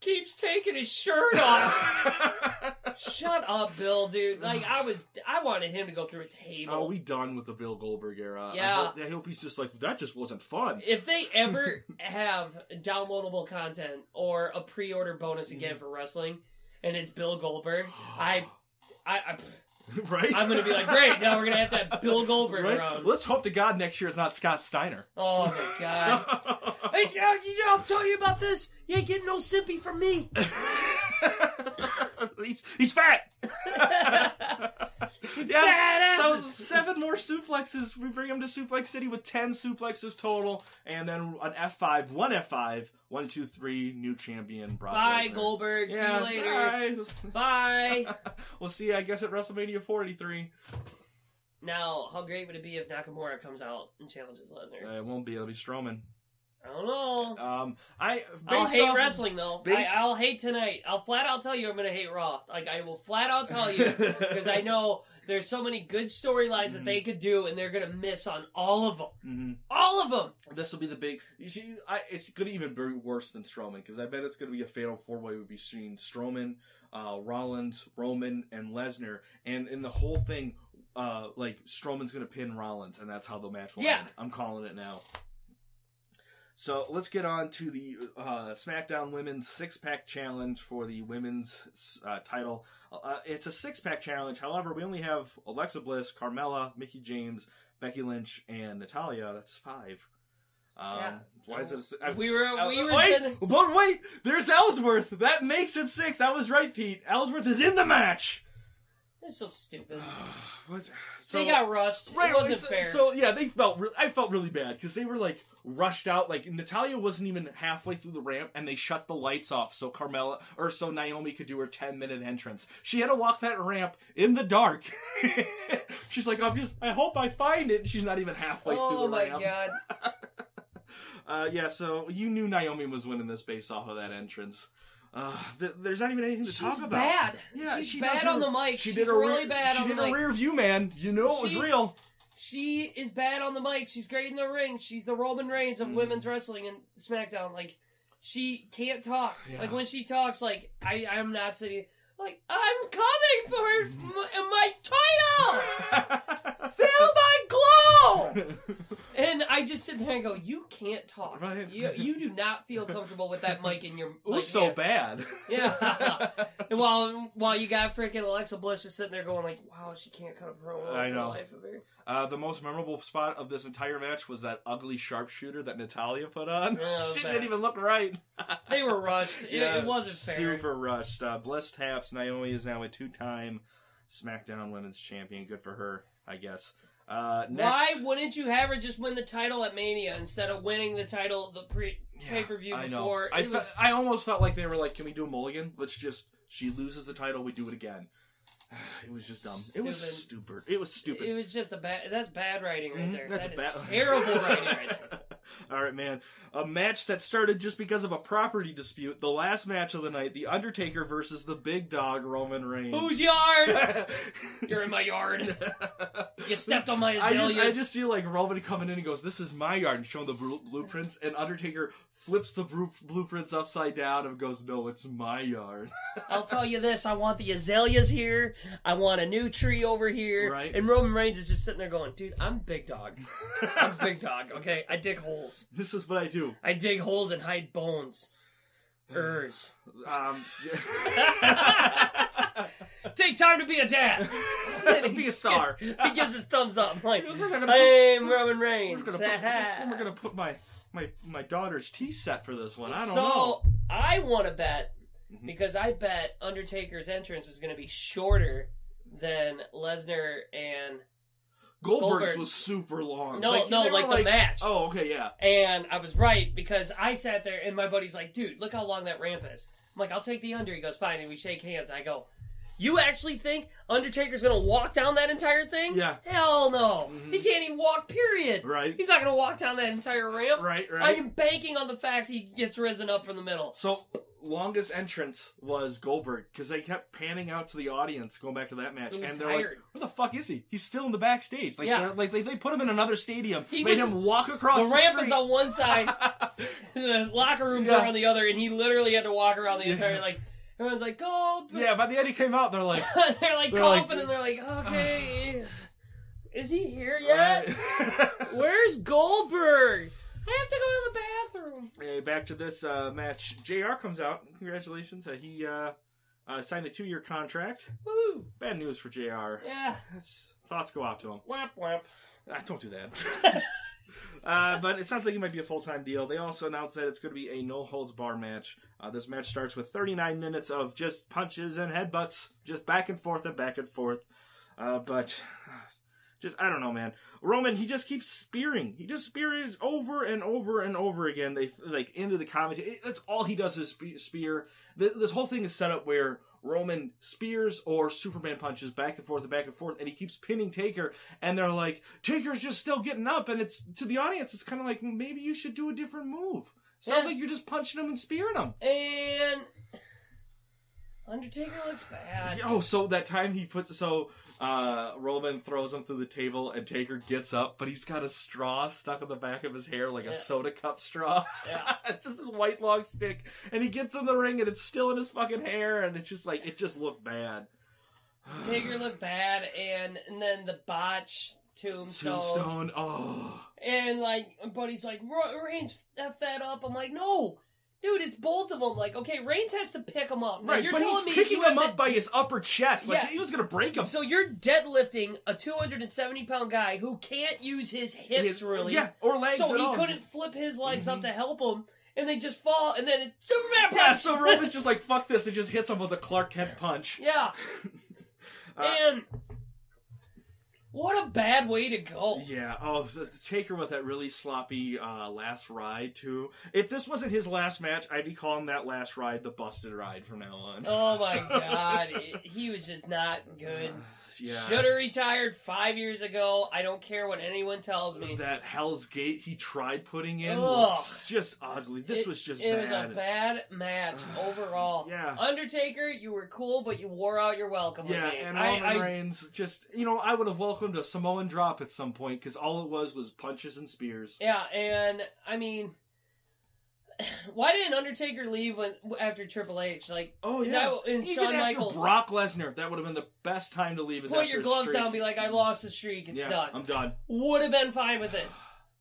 keeps taking his shirt off. Shut up, Bill, dude. Like I was, I wanted him to go through a table. Are Oh, we done with the Bill Goldberg era? Yeah. I hope, I hope he's just like that. Just wasn't fun. If they ever have downloadable content or a pre-order bonus Mm. again for wrestling, and it's Bill Goldberg, I, I, I right. I'm gonna be like, great. Now we're gonna have to have Bill Goldberg Right? around. Let's hope to God next year is not Scott Steiner. Oh my god. Hey, yeah, you know, I'll tell you about this. You ain't getting no simpy from me. he's he's fat. yeah. Fat So asses. seven more suplexes. We bring him to Suplex City with ten suplexes total, and then an F five, one F five, one two three, new champion. Brock Bye, Lesnar. Goldberg. Yeah, See you later. bye. Bye. We'll see. you, I guess at WrestleMania 43. Now, how great would it be if Nakamura comes out and challenges Uh, Lesnar? it won't be. It'll be Strowman. I don't know. Um, I I'll based hate off- wrestling though. based- I, I'll hate tonight. I'll flat out tell you I'm gonna hate Raw. Like I will flat out tell you because I know there's so many good storylines that Mm. they could do, and they're gonna miss on all of them. Mhm. All of them. This will be the big. You see, I, it's going to even be worse than Strowman because I bet it's going to be a fatal four way. Would be between Strowman, uh, Rollins, Roman, and Lesnar, and in the whole thing, uh, like Strowman's going to pin Rollins, and that's how the match will Yeah. end. I'm calling it now. So let's get on to the uh, SmackDown Women's Six Pack Challenge for the women's uh, title. Uh, it's a six pack challenge. However, we only have Alexa Bliss, Carmella, Mickey James, Becky Lynch, and Natalia. That's five. Um, Yeah. Why is it? A, si- I- we were Al- we were wait, sitting- but wait, there's Ellsworth. That makes it six. I was right, Pete. Ellsworth is in the match. It's so stupid. what? they got rushed. Right, it wasn't so, fair. so, yeah, they felt. Re- I felt really bad because they were like rushed out. Like Natalia wasn't even halfway through the ramp, and they shut the lights off so Carmella or so Naomi could do her ten minute entrance. She had to walk that ramp in the dark. she's like, I'm just. I hope I find it. And she's not even halfway through the oh my ramp. god. Uh, yeah, so you knew Naomi was winning this based off of that entrance. Uh, th- there's not even anything to She's talk about. bad. Yeah, She's she bad does her- on the mic. She She's did a really rear, bad She on did the a mic. rear view, man. You knew it was She- real. She is bad on the mic. She's great in the ring. She's the Roman Reigns of Mhm. women's wrestling and SmackDown. Like she can't talk. Yeah. Like when she talks, like I I'm not sitting like I'm coming for m- my title. Feel my glow. And I just sit there and go, you can't talk. Right. You you do not feel comfortable with that mic in your. Ooh, like, so hand. bad. Yeah. And while while you got freaking Alexa Bliss just sitting there going like, wow, she can't cut a promo. I for know. The life of her. uh, the most memorable spot of this entire match was that ugly sharpshooter that Natalia put on. Yeah, it was she bad. didn't even look right. They were rushed. Oh, It, Yeah, it wasn't fair. Super rushed. Uh, Bliss taps. Naomi is now a two-time SmackDown Women's Champion. Good for her, I guess. Uh, next, Why wouldn't you have her just win the title at Mania instead of winning the title the pre Yeah, pay per view I know. before? I, It fe- was- I almost felt like they were like, "Can we do a mulligan? Let's just she loses the title, we do it again." It was just dumb. It was stupid. It was stupid. It was just a bad. That's bad writing right Mhm, there. That's That bad. is terrible writing right there. All right, man. A match that started just because of a property dispute. The last match of the night: The Undertaker versus the Big Dog Roman Reigns. Who's yard? You're in my yard. You stepped on my I azaleas. just, I just see like Roman coming in and goes, "This is my yard," and showing the blu- blueprints, and Undertaker flips the blu- blueprints upside down and goes, "No, it's my yard." I'll tell you this: I want the azaleas here. I want a new tree over here. Right. And Roman Reigns is just sitting there going, "Dude, I'm big dog. I'm big dog. Okay, I dig holes. this is what I do. I dig holes and hide bones. Ers. Um, Take time to be a dad." be a star. he gives his thumbs up. I'm like, We're gonna I'm Roman We're Reigns. gonna, put, we're gonna put my my my daughter's tea set for this one. I don't so know. I want to bet Mhm. because I bet Undertaker's entrance was going to be shorter than Lesnar and Goldberg's Goldberg- was super long. no, no, they were like, the match. Oh, okay, yeah. And I was right because I sat there and my buddy's like, "Dude, look how long that ramp is." I'm like, "I'll take the under." He goes, "Fine," and we shake hands. I go, You actually think Undertaker's gonna walk down that entire thing? Yeah. Mm-hmm. Hell no. He can't even walk, period. Right. He's not gonna walk down that entire ramp. Right, I right. am banking on the fact he gets risen up from the middle. So longest entrance was Goldberg because they kept panning out to the audience, going back to that match, He was and they're like, tired. "Where the fuck is he? He's still in the backstage. Like, Yeah. they're- like they, they put him in another stadium, He made was- him walk across The the, ramp street. is on one side, the locker rooms Yeah. are on the other, and he literally had to walk around the Yeah. entire like everyone's like, go yeah, by the end he came out, they're like, they're like They're coughing like- and they're like, okay, is he here yet? "Alright." Where's Goldberg? I have to go to the bathroom. Hey, back to this uh, match. Jr. comes out. Congratulations, uh, he uh, uh, signed a two-year contract. Woo! Bad news for Jr. Yeah. That's- Thoughts go out to him. Wamp wamp. I Ah, don't do that. uh, but it sounds like it might be a full time deal. They also announced that it's going to be a no holds bar match. Uh, this match starts with 39 minutes of just punches and headbutts, just back and forth and back and forth. Uh, but just I don't know, man. Roman he just keeps spearing. He just spears over and over and over again. They like into the commentary. It- That's all he does is spe- spear. Th- This whole thing is set up where Roman spears or Superman punches back and forth and back and forth, and he keeps pinning Taker. And they're like, Taker's just still getting up, and it's to the audience. It's kind of like well, maybe you should do a different move. Sounds Yeah. like you're just punching him and spearing him. And Undertaker looks bad. Oh, so that time he puts so uh Roman throws him through the table and Taker gets up, but he's got a straw stuck in the back of his hair like Yeah. a soda cup straw. Yeah. it's just a white long stick, and he gets in the ring and it's still in his fucking hair, and it's just like it just looked bad. Taker looked bad, and and then the botch tombstone, Tombstone. Oh, and like Buddy's like "Ro- Reigns f that up. I'm like, no, dude, it's both of them. Like, okay, Reigns has to pick him up. Now, right. you're but telling he's me picking you him have up by his upper chest, like Yeah. he was gonna break him. To... So you're deadlifting a 270 pound guy who can't use his hips His- really. Yeah, or legs. So he at all. Mm-hmm. couldn't flip his legs up to help him, and they just fall, and then it's Superman punch. Yeah, so Roman's just like fuck this, and just hits him with a Clark Kent punch. Yeah. Uh, and what a bad way to go. Yeah. Oh, the, the Taker with that really sloppy uh, last ride too. If this wasn't his last match, I'd be calling that last ride the busted ride from now on. Oh my god, He- he was just not good. yeah. Should have retired five years ago. I don't care what anyone tells me. That Hell's Gate he tried putting in Ugh. was just ugly. This It- was just it bad. was a bad match overall. Yeah. Undertaker, you were cool, but you wore out your welcome. Yeah, with me. and I, Roman I- Reigns just you know I would have welcomed a Samoan drop at some point because all it was was punches and spears. yeah, and I mean, why didn't Undertaker leave when after Triple H? Like, Oh yeah, That- and even Shawn after Michaels. Brock Lesnar, that would have been the best time to leave. Is put after your a gloves streak. down, and be like, I lost the streak. It's yeah, done. I'm done. would have been fine with it.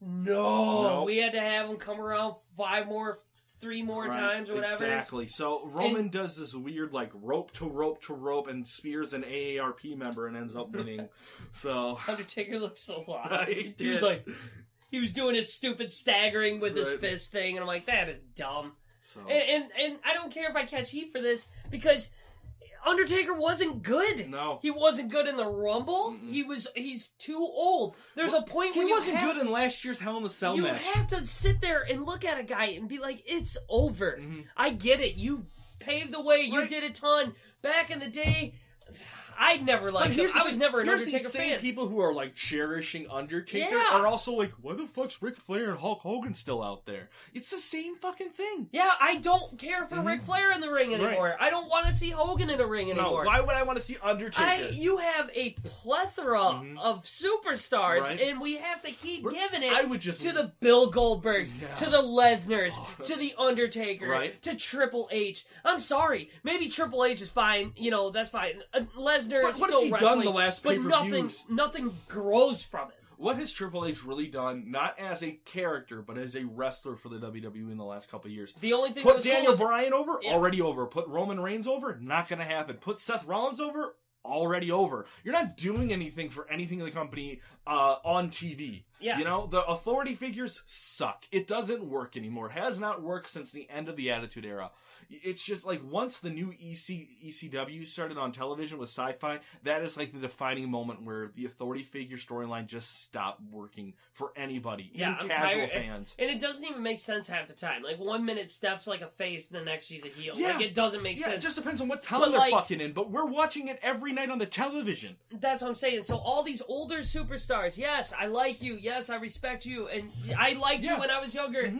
No, No. we had to have him come around five more, three more Right, times or whatever. Exactly. So Roman does this weird like rope to rope to rope and spears an AARP member and ends up winning. so Undertaker looks so lost. he, he was did. like, he was doing his stupid staggering with his Right. fist thing, and I'm like, that is dumb. so, And, and and I don't care if I catch heat for this because Undertaker wasn't good. no, He wasn't good in the Rumble. He was he's too old. There's a point he, when you wasn't have- good in last year's Hell in a Cell you match. have to sit there and look at a guy and be like, it's over. Mhm. I get it. You paved the way. You Right. did a ton. Back in the day, I never but liked him. here's I the was thing, never an here's Undertaker these same fan. people who are like cherishing Undertaker Yeah. are also like, why the fuck's Ric Flair and Hulk Hogan still out there? It's the same fucking thing. yeah, I don't care for Ric Flair in the ring Mm-hmm. Right. anymore. I don't want to see Hogan in a ring No, anymore. why would I want to see Undertaker? I, you have a plethora of superstars, Mm-hmm. Right. and we have to keep We're- giving it I would just- to the Bill Goldbergs, Yeah. to the Lesners, to the Undertaker, Right. to Triple H. I'm sorry, maybe Triple H is fine. You know, that's fine. Uh, Lesnar But is still what has he done wrestling, the last but nothing, pay-per-views? nothing grows from it. what has Triple H really done, not as a character, but as a wrestler for the WWE in the last couple of years? The only thing that Put was Daniel cool was Bryan over? Yeah. Already over. Put Roman Reigns over? Not gonna happen. Put Seth Rollins over? already over. You're not doing anything for anything in the company uh, on TV. Yeah. You know, the authority figures suck. It doesn't work anymore. Has not worked since the end of the Attitude Era. It's just like once the new E EC, ECW started on television with sci fi, that is like the defining moment where the authority figure storyline just stopped working for anybody, even Yeah, I'm casual tired- fans. And it doesn't even make sense half the time. Like one minute Steph's like a face, and the next she's a heel. Yeah. Like it doesn't make Yeah, it sense. just depends on what town But, they're like- fucking in, but we're watching it every night on the television. That's what I'm saying. So all these older superstars, yes, I like you. Yes, I respect you, and I liked Yeah. Mm-hmm. you when I was younger.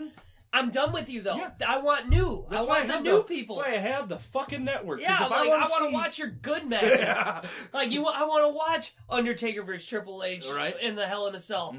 I'm done with you though. Yeah. I want new. I why want the have new people. That's why I have the fucking network. 'cause yeah, if like, I want see- to watch your good matches. Yeah. Like you, I want to watch Undertaker versus Triple H Right. Mm-hmm. in the Hell in a Cell.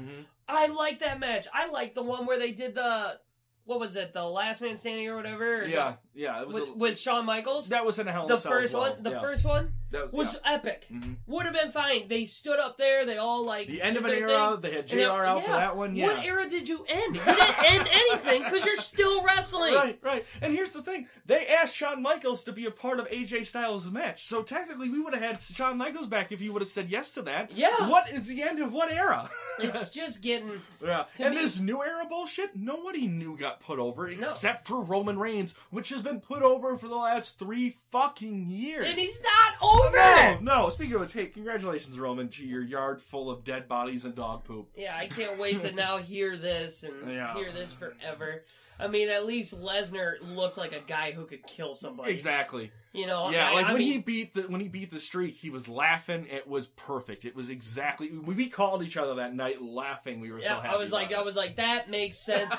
I like that match. I like the one where they did the what was it, the Last Man Standing or whatever. or Yeah, yeah. It was with, a- with Shawn Michaels. that was in a hell. in the a Cell as first well. one, the Yeah. first one That was, was yeah. Mm-hmm. epic. Would have been fine. They stood up there. They all like the end of an did their era. thing. They had And Jr. out for yeah. that one. Yeah. What era did you end? You didn't end anything because you're still wrestling. Right, right. And here's the thing: they asked Shawn Michaels to be a part of AJ Styles' match, so technically we would have had Shawn Michaels back if you would have said yes to that. Yeah. What is the end of what era? It's just getting. Yeah. And me- this new era bullshit, nobody knew got put over except for Roman Reigns, which has been put over for the last three fucking years. And he's not over. no, no. Speaking of which, hey, congratulations, Roman, to your yard full of dead bodies and dog poop. Yeah, I can't wait to now hear this and Yeah. hear this forever. I mean, at least Lesnar looked like a guy who could kill somebody. Exactly. You know. Yeah, I- like I when mean, he beat the when he beat the streak, he was laughing. It was perfect. It was exactly we, we called each other that night laughing. We were Yeah, so happy. I was like, about I it. was like, that makes sense.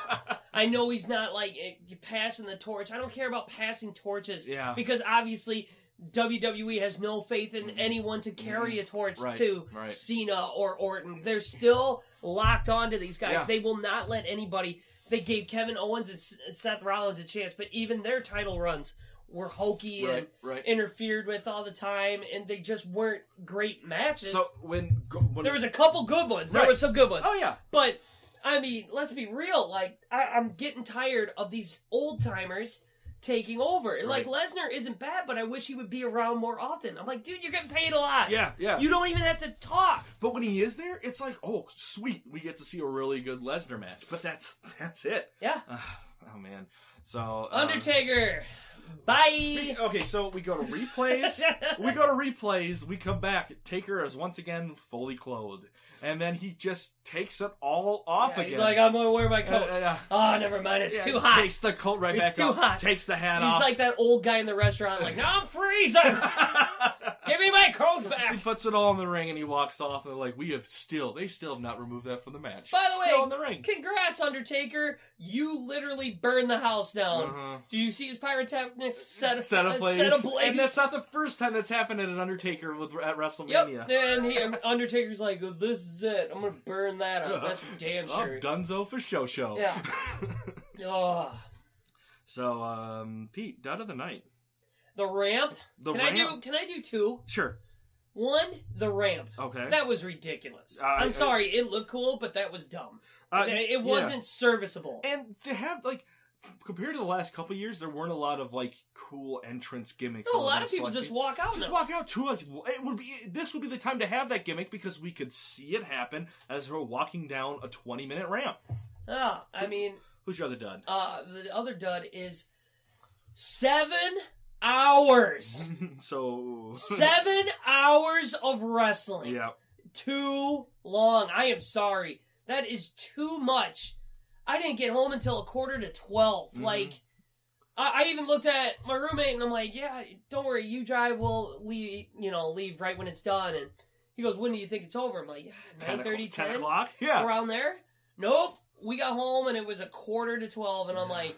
I know he's not like eh, passing the torch. I don't care about passing torches. Yeah. Because obviously WWE has no faith in anyone to carry a torch Mm-hmm. Right, to right. Cena or Orton. They're still locked onto these guys. Yeah. They will not let anybody. They gave Kevin Owens and S- Seth Rollins a chance, but even their title runs were hokey and Right, right. interfered with all the time, and they just weren't great matches. so when, go- when there was a couple good ones. There Right. were some good ones. oh yeah But I mean, let's be real. Like I, I'm getting tired of these old timers taking over. And, Like Lesnar isn't bad, but I wish he would be around more often. I'm like, dude, you're getting paid a lot. yeah yeah You don't even have to talk. But when he is there, it's like, oh, sweet, we get to see a really good Lesnar match. But that's that's it. Yeah. Oh man. So um, Uh-huh. Undertaker. Bye. speak- okay, so we go to replays. we go to replays. We come back. Taker is once again fully clothed, and then he just takes it all off Yeah, again. he's like, I'm gonna wear my Uh, coat. uh, uh, oh, never mind. It's yeah, too hot. Takes the coat right It's back too off, hot. Takes the hat He's off. like that old guy in the restaurant, like, no, I'm freezing. Give me my coat he back. puts it all in the ring and he walks off. And they're like, we have still, they still have not removed that from the match. By the still way, in the ring. Congrats, Undertaker. You literally burned the house down. Uh-huh. Do you see his pyrotechnics set, set of plays. Set ablaze. And that's not the first time that's happened at an Undertaker with at Yep, WrestleMania. and he, Undertaker's like, "This is it. I'm gonna burn that up. That's for damn Oh, sure." Dunzo for show show. Yeah. Oh, so, um, Pete, dud of the night. the ramp. The can I do? ramp. Can I do two? Sure. One, the ramp. Okay. That was ridiculous. I- I- I'm sorry, it looked cool, but that was dumb. Uh, it yeah. it wasn't serviceable. And to have like. Compared to the last couple years, there weren't a lot of like cool entrance gimmicks. No, a other lot than of people selecting- just walk out. just now. walk out to like it would be this would be the time to have that gimmick because we could see it happen as we're walking down a twenty minute ramp. Ah, I mean, Who's your other dud? uh, the other dud is seven hours. so seven hours of wrestling. yeah, too long. I am sorry. That is too much. I didn't get home until a quarter to 12. Mhm. Like, I, I even looked at my roommate and I'm like, yeah, don't worry. You drive. We'll leave, you know, leave right when it's done. And he goes, when do you think it's over? I'm like, yeah, 9 o'clock- ten o'clock. Yeah, around there. Nope. We got home and it was a quarter to 12. And I'm Yeah. like,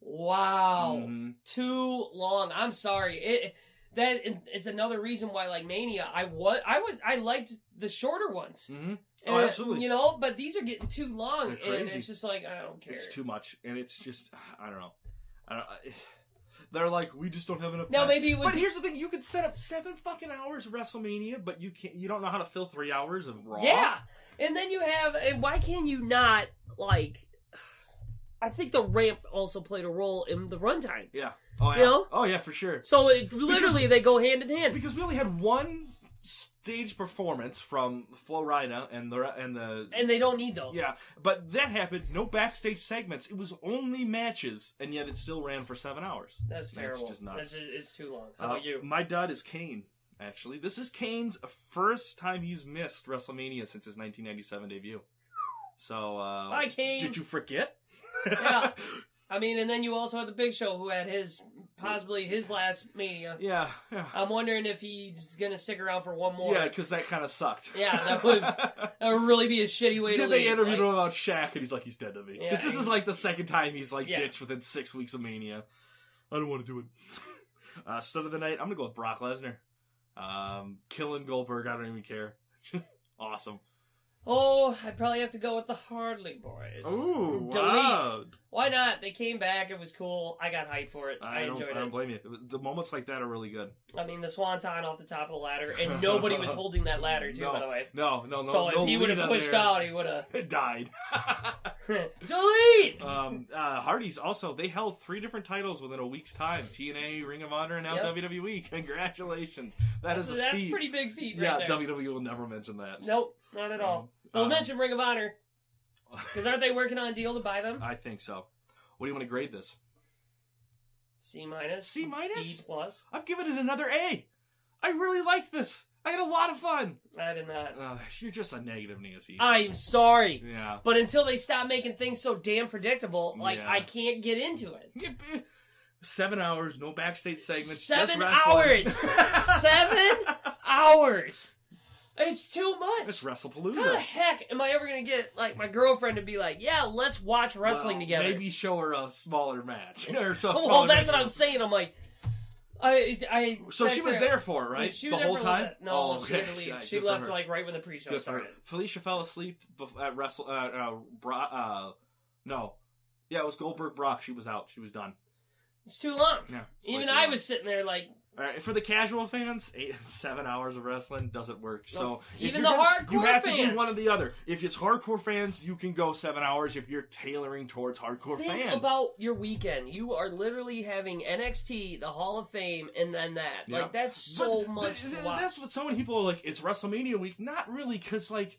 wow Mhm. too long. I'm sorry. It that it's another reason why like Mania, I was I was I liked the shorter ones. Mhm. Oh, And, absolutely. You know, but these are getting too long, They're and crazy. it's just like I don't care. It's too much, and it's just I don't know. I don't. I, they're like we just don't have enough. Now, time." maybe it was- But here's the thing: you could set up seven fucking hours of WrestleMania, but you can't. You don't know how to fill three hours of Raw. yeah, and then you have and why can you not like? I think the ramp also played a role in the runtime. Yeah. Oh yeah. You know? Oh yeah, for sure. So it literally they go hand in hand. Because we only had one stage performance from Flo Rida and the and the and they don't need those. yeah, but that happened. No backstage segments. It was only matches, and yet it still ran for seven hours. That's terrible. That's just nuts. it's too long. How Uh, about you? My dud is Kane. Actually, this is Kane's first time he's missed WrestleMania since his 1997 debut. So, uh, Hi, Kane. Did you forget? Yeah. I mean, and then you also had the Big Show who had his possibly his last mania. yeah, yeah, I'm wondering if he's gonna stick around for one more. yeah, because that kind of sucked. Yeah, that would- that would really be a shitty way to leave. Did they interviewed him like, about Shaq, and he's like, he's dead to me. Yeah, Because this he- is like the second time he's like Yeah. ditched within six weeks of Mania. I don't want to do it. uh, Son of the night, I'm gonna go with Brock Lesnar. Um, killing Goldberg, I don't even care. Just awesome. oh, I'd probably have to go with the Hardly Boys. Ooh, Delete. wow. Why not? They came back. It was cool. I got hyped for it. I, I, don't, enjoyed I don't it. blame you. The moments like that are really good. I mean, the Swanton off the top of the ladder, and nobody was holding that ladder too. No, By the way, No, no, no. so if no he would have pushed out, he would have died. delete. um, uh, Hardy's also they held three different titles within a week's time: TNA, Ring of Honor, and now Yep. WWE. Congratulations, that is So a that's feat. pretty big feat, yeah, right there. WWE will never mention that. Nope, not at all. They'll Um, mention Ring of Honor because aren't they working on a deal to buy them? I think so. What do you want to grade this? C minus, C minus? D plus. I'm giving it another A. I really like this. I had a lot of fun. I did not. Uh, you're just a negative Nancy. I'm sorry. yeah. But until they stop making things so damn predictable, like Yeah. I can't get into it. eh. Seven hours, no backstage segments. Seven just wrestling. hours. Seven hours. It's too It's much. How the Wrestlepalooza. heck am I ever gonna get like my girlfriend to be like, yeah, let's watch wrestling Well, together? Maybe show her a smaller match or so. Oh, well, smaller that's what I'm match. saying. I'm like, I, I. So she text was her- there for it, right? She the was there whole for a little time. bit. No, Oh, she had to okay. leave. Yeah, she good for left her. like right when the pre-show Good for her. started. Felicia fell asleep bef- at Wrestle. Uh, uh, Bra- uh, no, yeah, it was Goldberg Brock. She was out. She was done. It's too long. Yeah, it's way Even too I long. was sitting there like, All right, for the casual fans, eight seven hours of wrestling doesn't work. So if even you're the gonna- you hardcore have to fans. do one or the other. If it's hardcore fans, you can go seven hours. If you're tailoring towards hardcore think fans, about your weekend. You are literally having NXT, the Hall of Fame, and then that. Yeah. Like that's But so th- much th- to watch. That's what so many people are like. It's WrestleMania week, not really, because like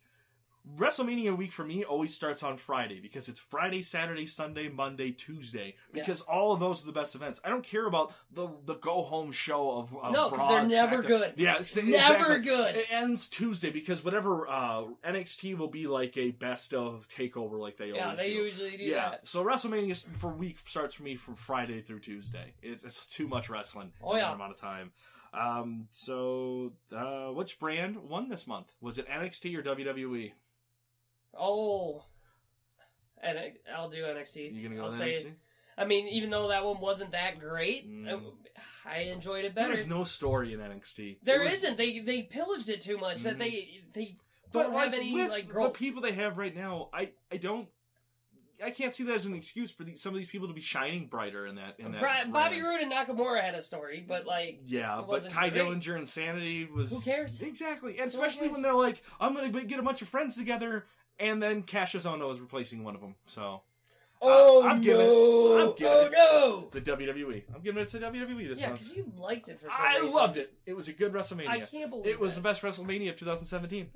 WrestleMania week for me always starts on Friday because it's Friday, Saturday, Sunday, Monday, Tuesday. Yeah. Because all of those are the best events. I don't care about the the go home show of of No, 'cause Raw they're and never SmackDown. good. Yeah, ex- Never exactly. good. It ends Tuesday because whatever uh, NXT will be like a best of takeover, like they yeah, always they do. usually do yeah, that. so WrestleMania s- for week starts for me from Friday through Tuesday. It's, it's too much wrestling. Oh, in yeah. that amount of time. Um, so uh, which brand won this month? Was it NXT or E? WWE? Oh, and I- I'll do NXT. You gonna go I'll with say NXT? It. I mean, even though that one wasn't that great, Mm. I, I enjoyed it better. There's no story in NXT. There It was- not They they pillaged it too much that Mhm. they they but don't like, have any with like the growth. people they have right now. I I don't. I can't see that as an excuse for the, some of these people to be shining brighter in that. In that Bri- Bobby brand. Roode and Nakamura had a story, but like Yeah, It but wasn't Ty great. Dillinger Insanity was. Who cares? Exactly. And especially cares? when they're like, I'm going to get a bunch of friends together, and then Cassius Ono is replacing one of them. So, oh I'm no, giving- I'm giving it- oh the WWE. I'm giving it to WWE no, this yeah, month. because you liked it for some I reason. loved it. It was a good I WrestleMania. can't believe It was the that. best WrestleMania of 2017.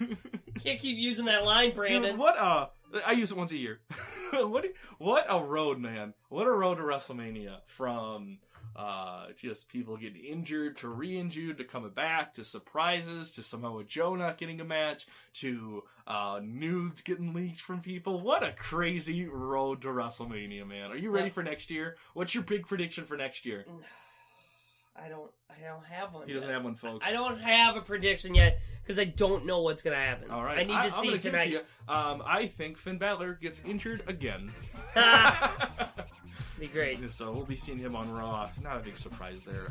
Can't keep using that line, Brandon. Dude, what a. I use it once a year. what a- what a road, man. What a road to WrestleMania from uh just people getting injured to re-injured to coming back to surprises to Samoa Joe not getting a match to uh nudes getting leaked from people. What a crazy road to WrestleMania, man. Are you ready Yeah. for next year? What's your big prediction for next year? I don't. I don't have one. He doesn't yet. have one, folks. I don't have a prediction yet because I don't know what's gonna happen. All right. I need I'm to see gonna give it tonight. you. Um, I think Finn Balor gets injured again. Be great. So we'll be seeing him on Raw. Not a big surprise there.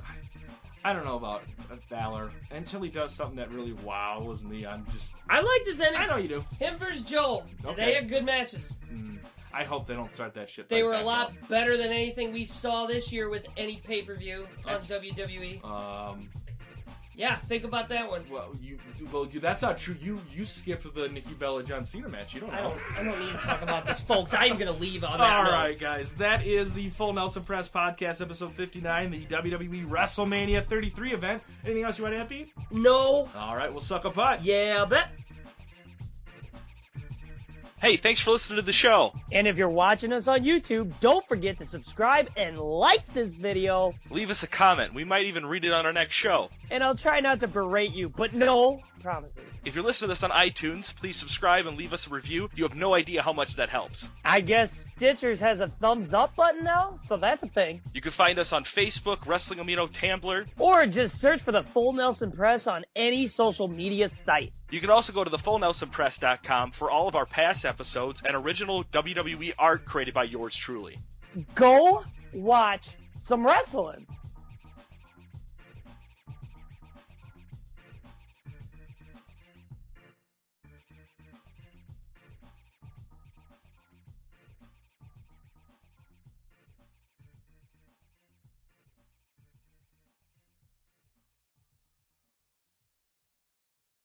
I, I don't know about Valor until he does something that really wows me. I'm just. I like this NXT. I know you do. Him versus Joel. They Okay. had good matches. Mm, I hope they don't start that shit. They by were a Zach lot better than anything we saw this year with any pay per view on uh, That's- WWE. Lowe. Um, E. Yeah, think about that one. Well, you well you, that's not true. You you skipped the Nikki Bella John Cena match. You don't know. I don't. I don't need to talk about this, folks. I am gonna leave on that. All note. right, guys, that is the Full Nelson Press podcast, episode fifty-nine, the WWE WrestleMania thirty-three event. Anything else you want to add, Pete? No. All right, we'll suck a butt. Yeah, but. Hey, thanks for listening to the show. And if you're watching us on YouTube, don't forget to subscribe and like this video. Leave us a comment. We might even read it on our next show. And I'll try not to berate you, but no promises. If you're listening to this on iTunes, please subscribe and leave us a review. You have no idea how much that helps. I guess Stitchers has a thumbs up button now, so that's a thing. You can find us on Facebook, Wrestling Amino, Tumblr. Or just search for the Full Nelson Press on any social media site. You can also go to thefullnelsonpress.com for all of our past episodes and original E WWE art created by yours truly. Go watch some wrestling.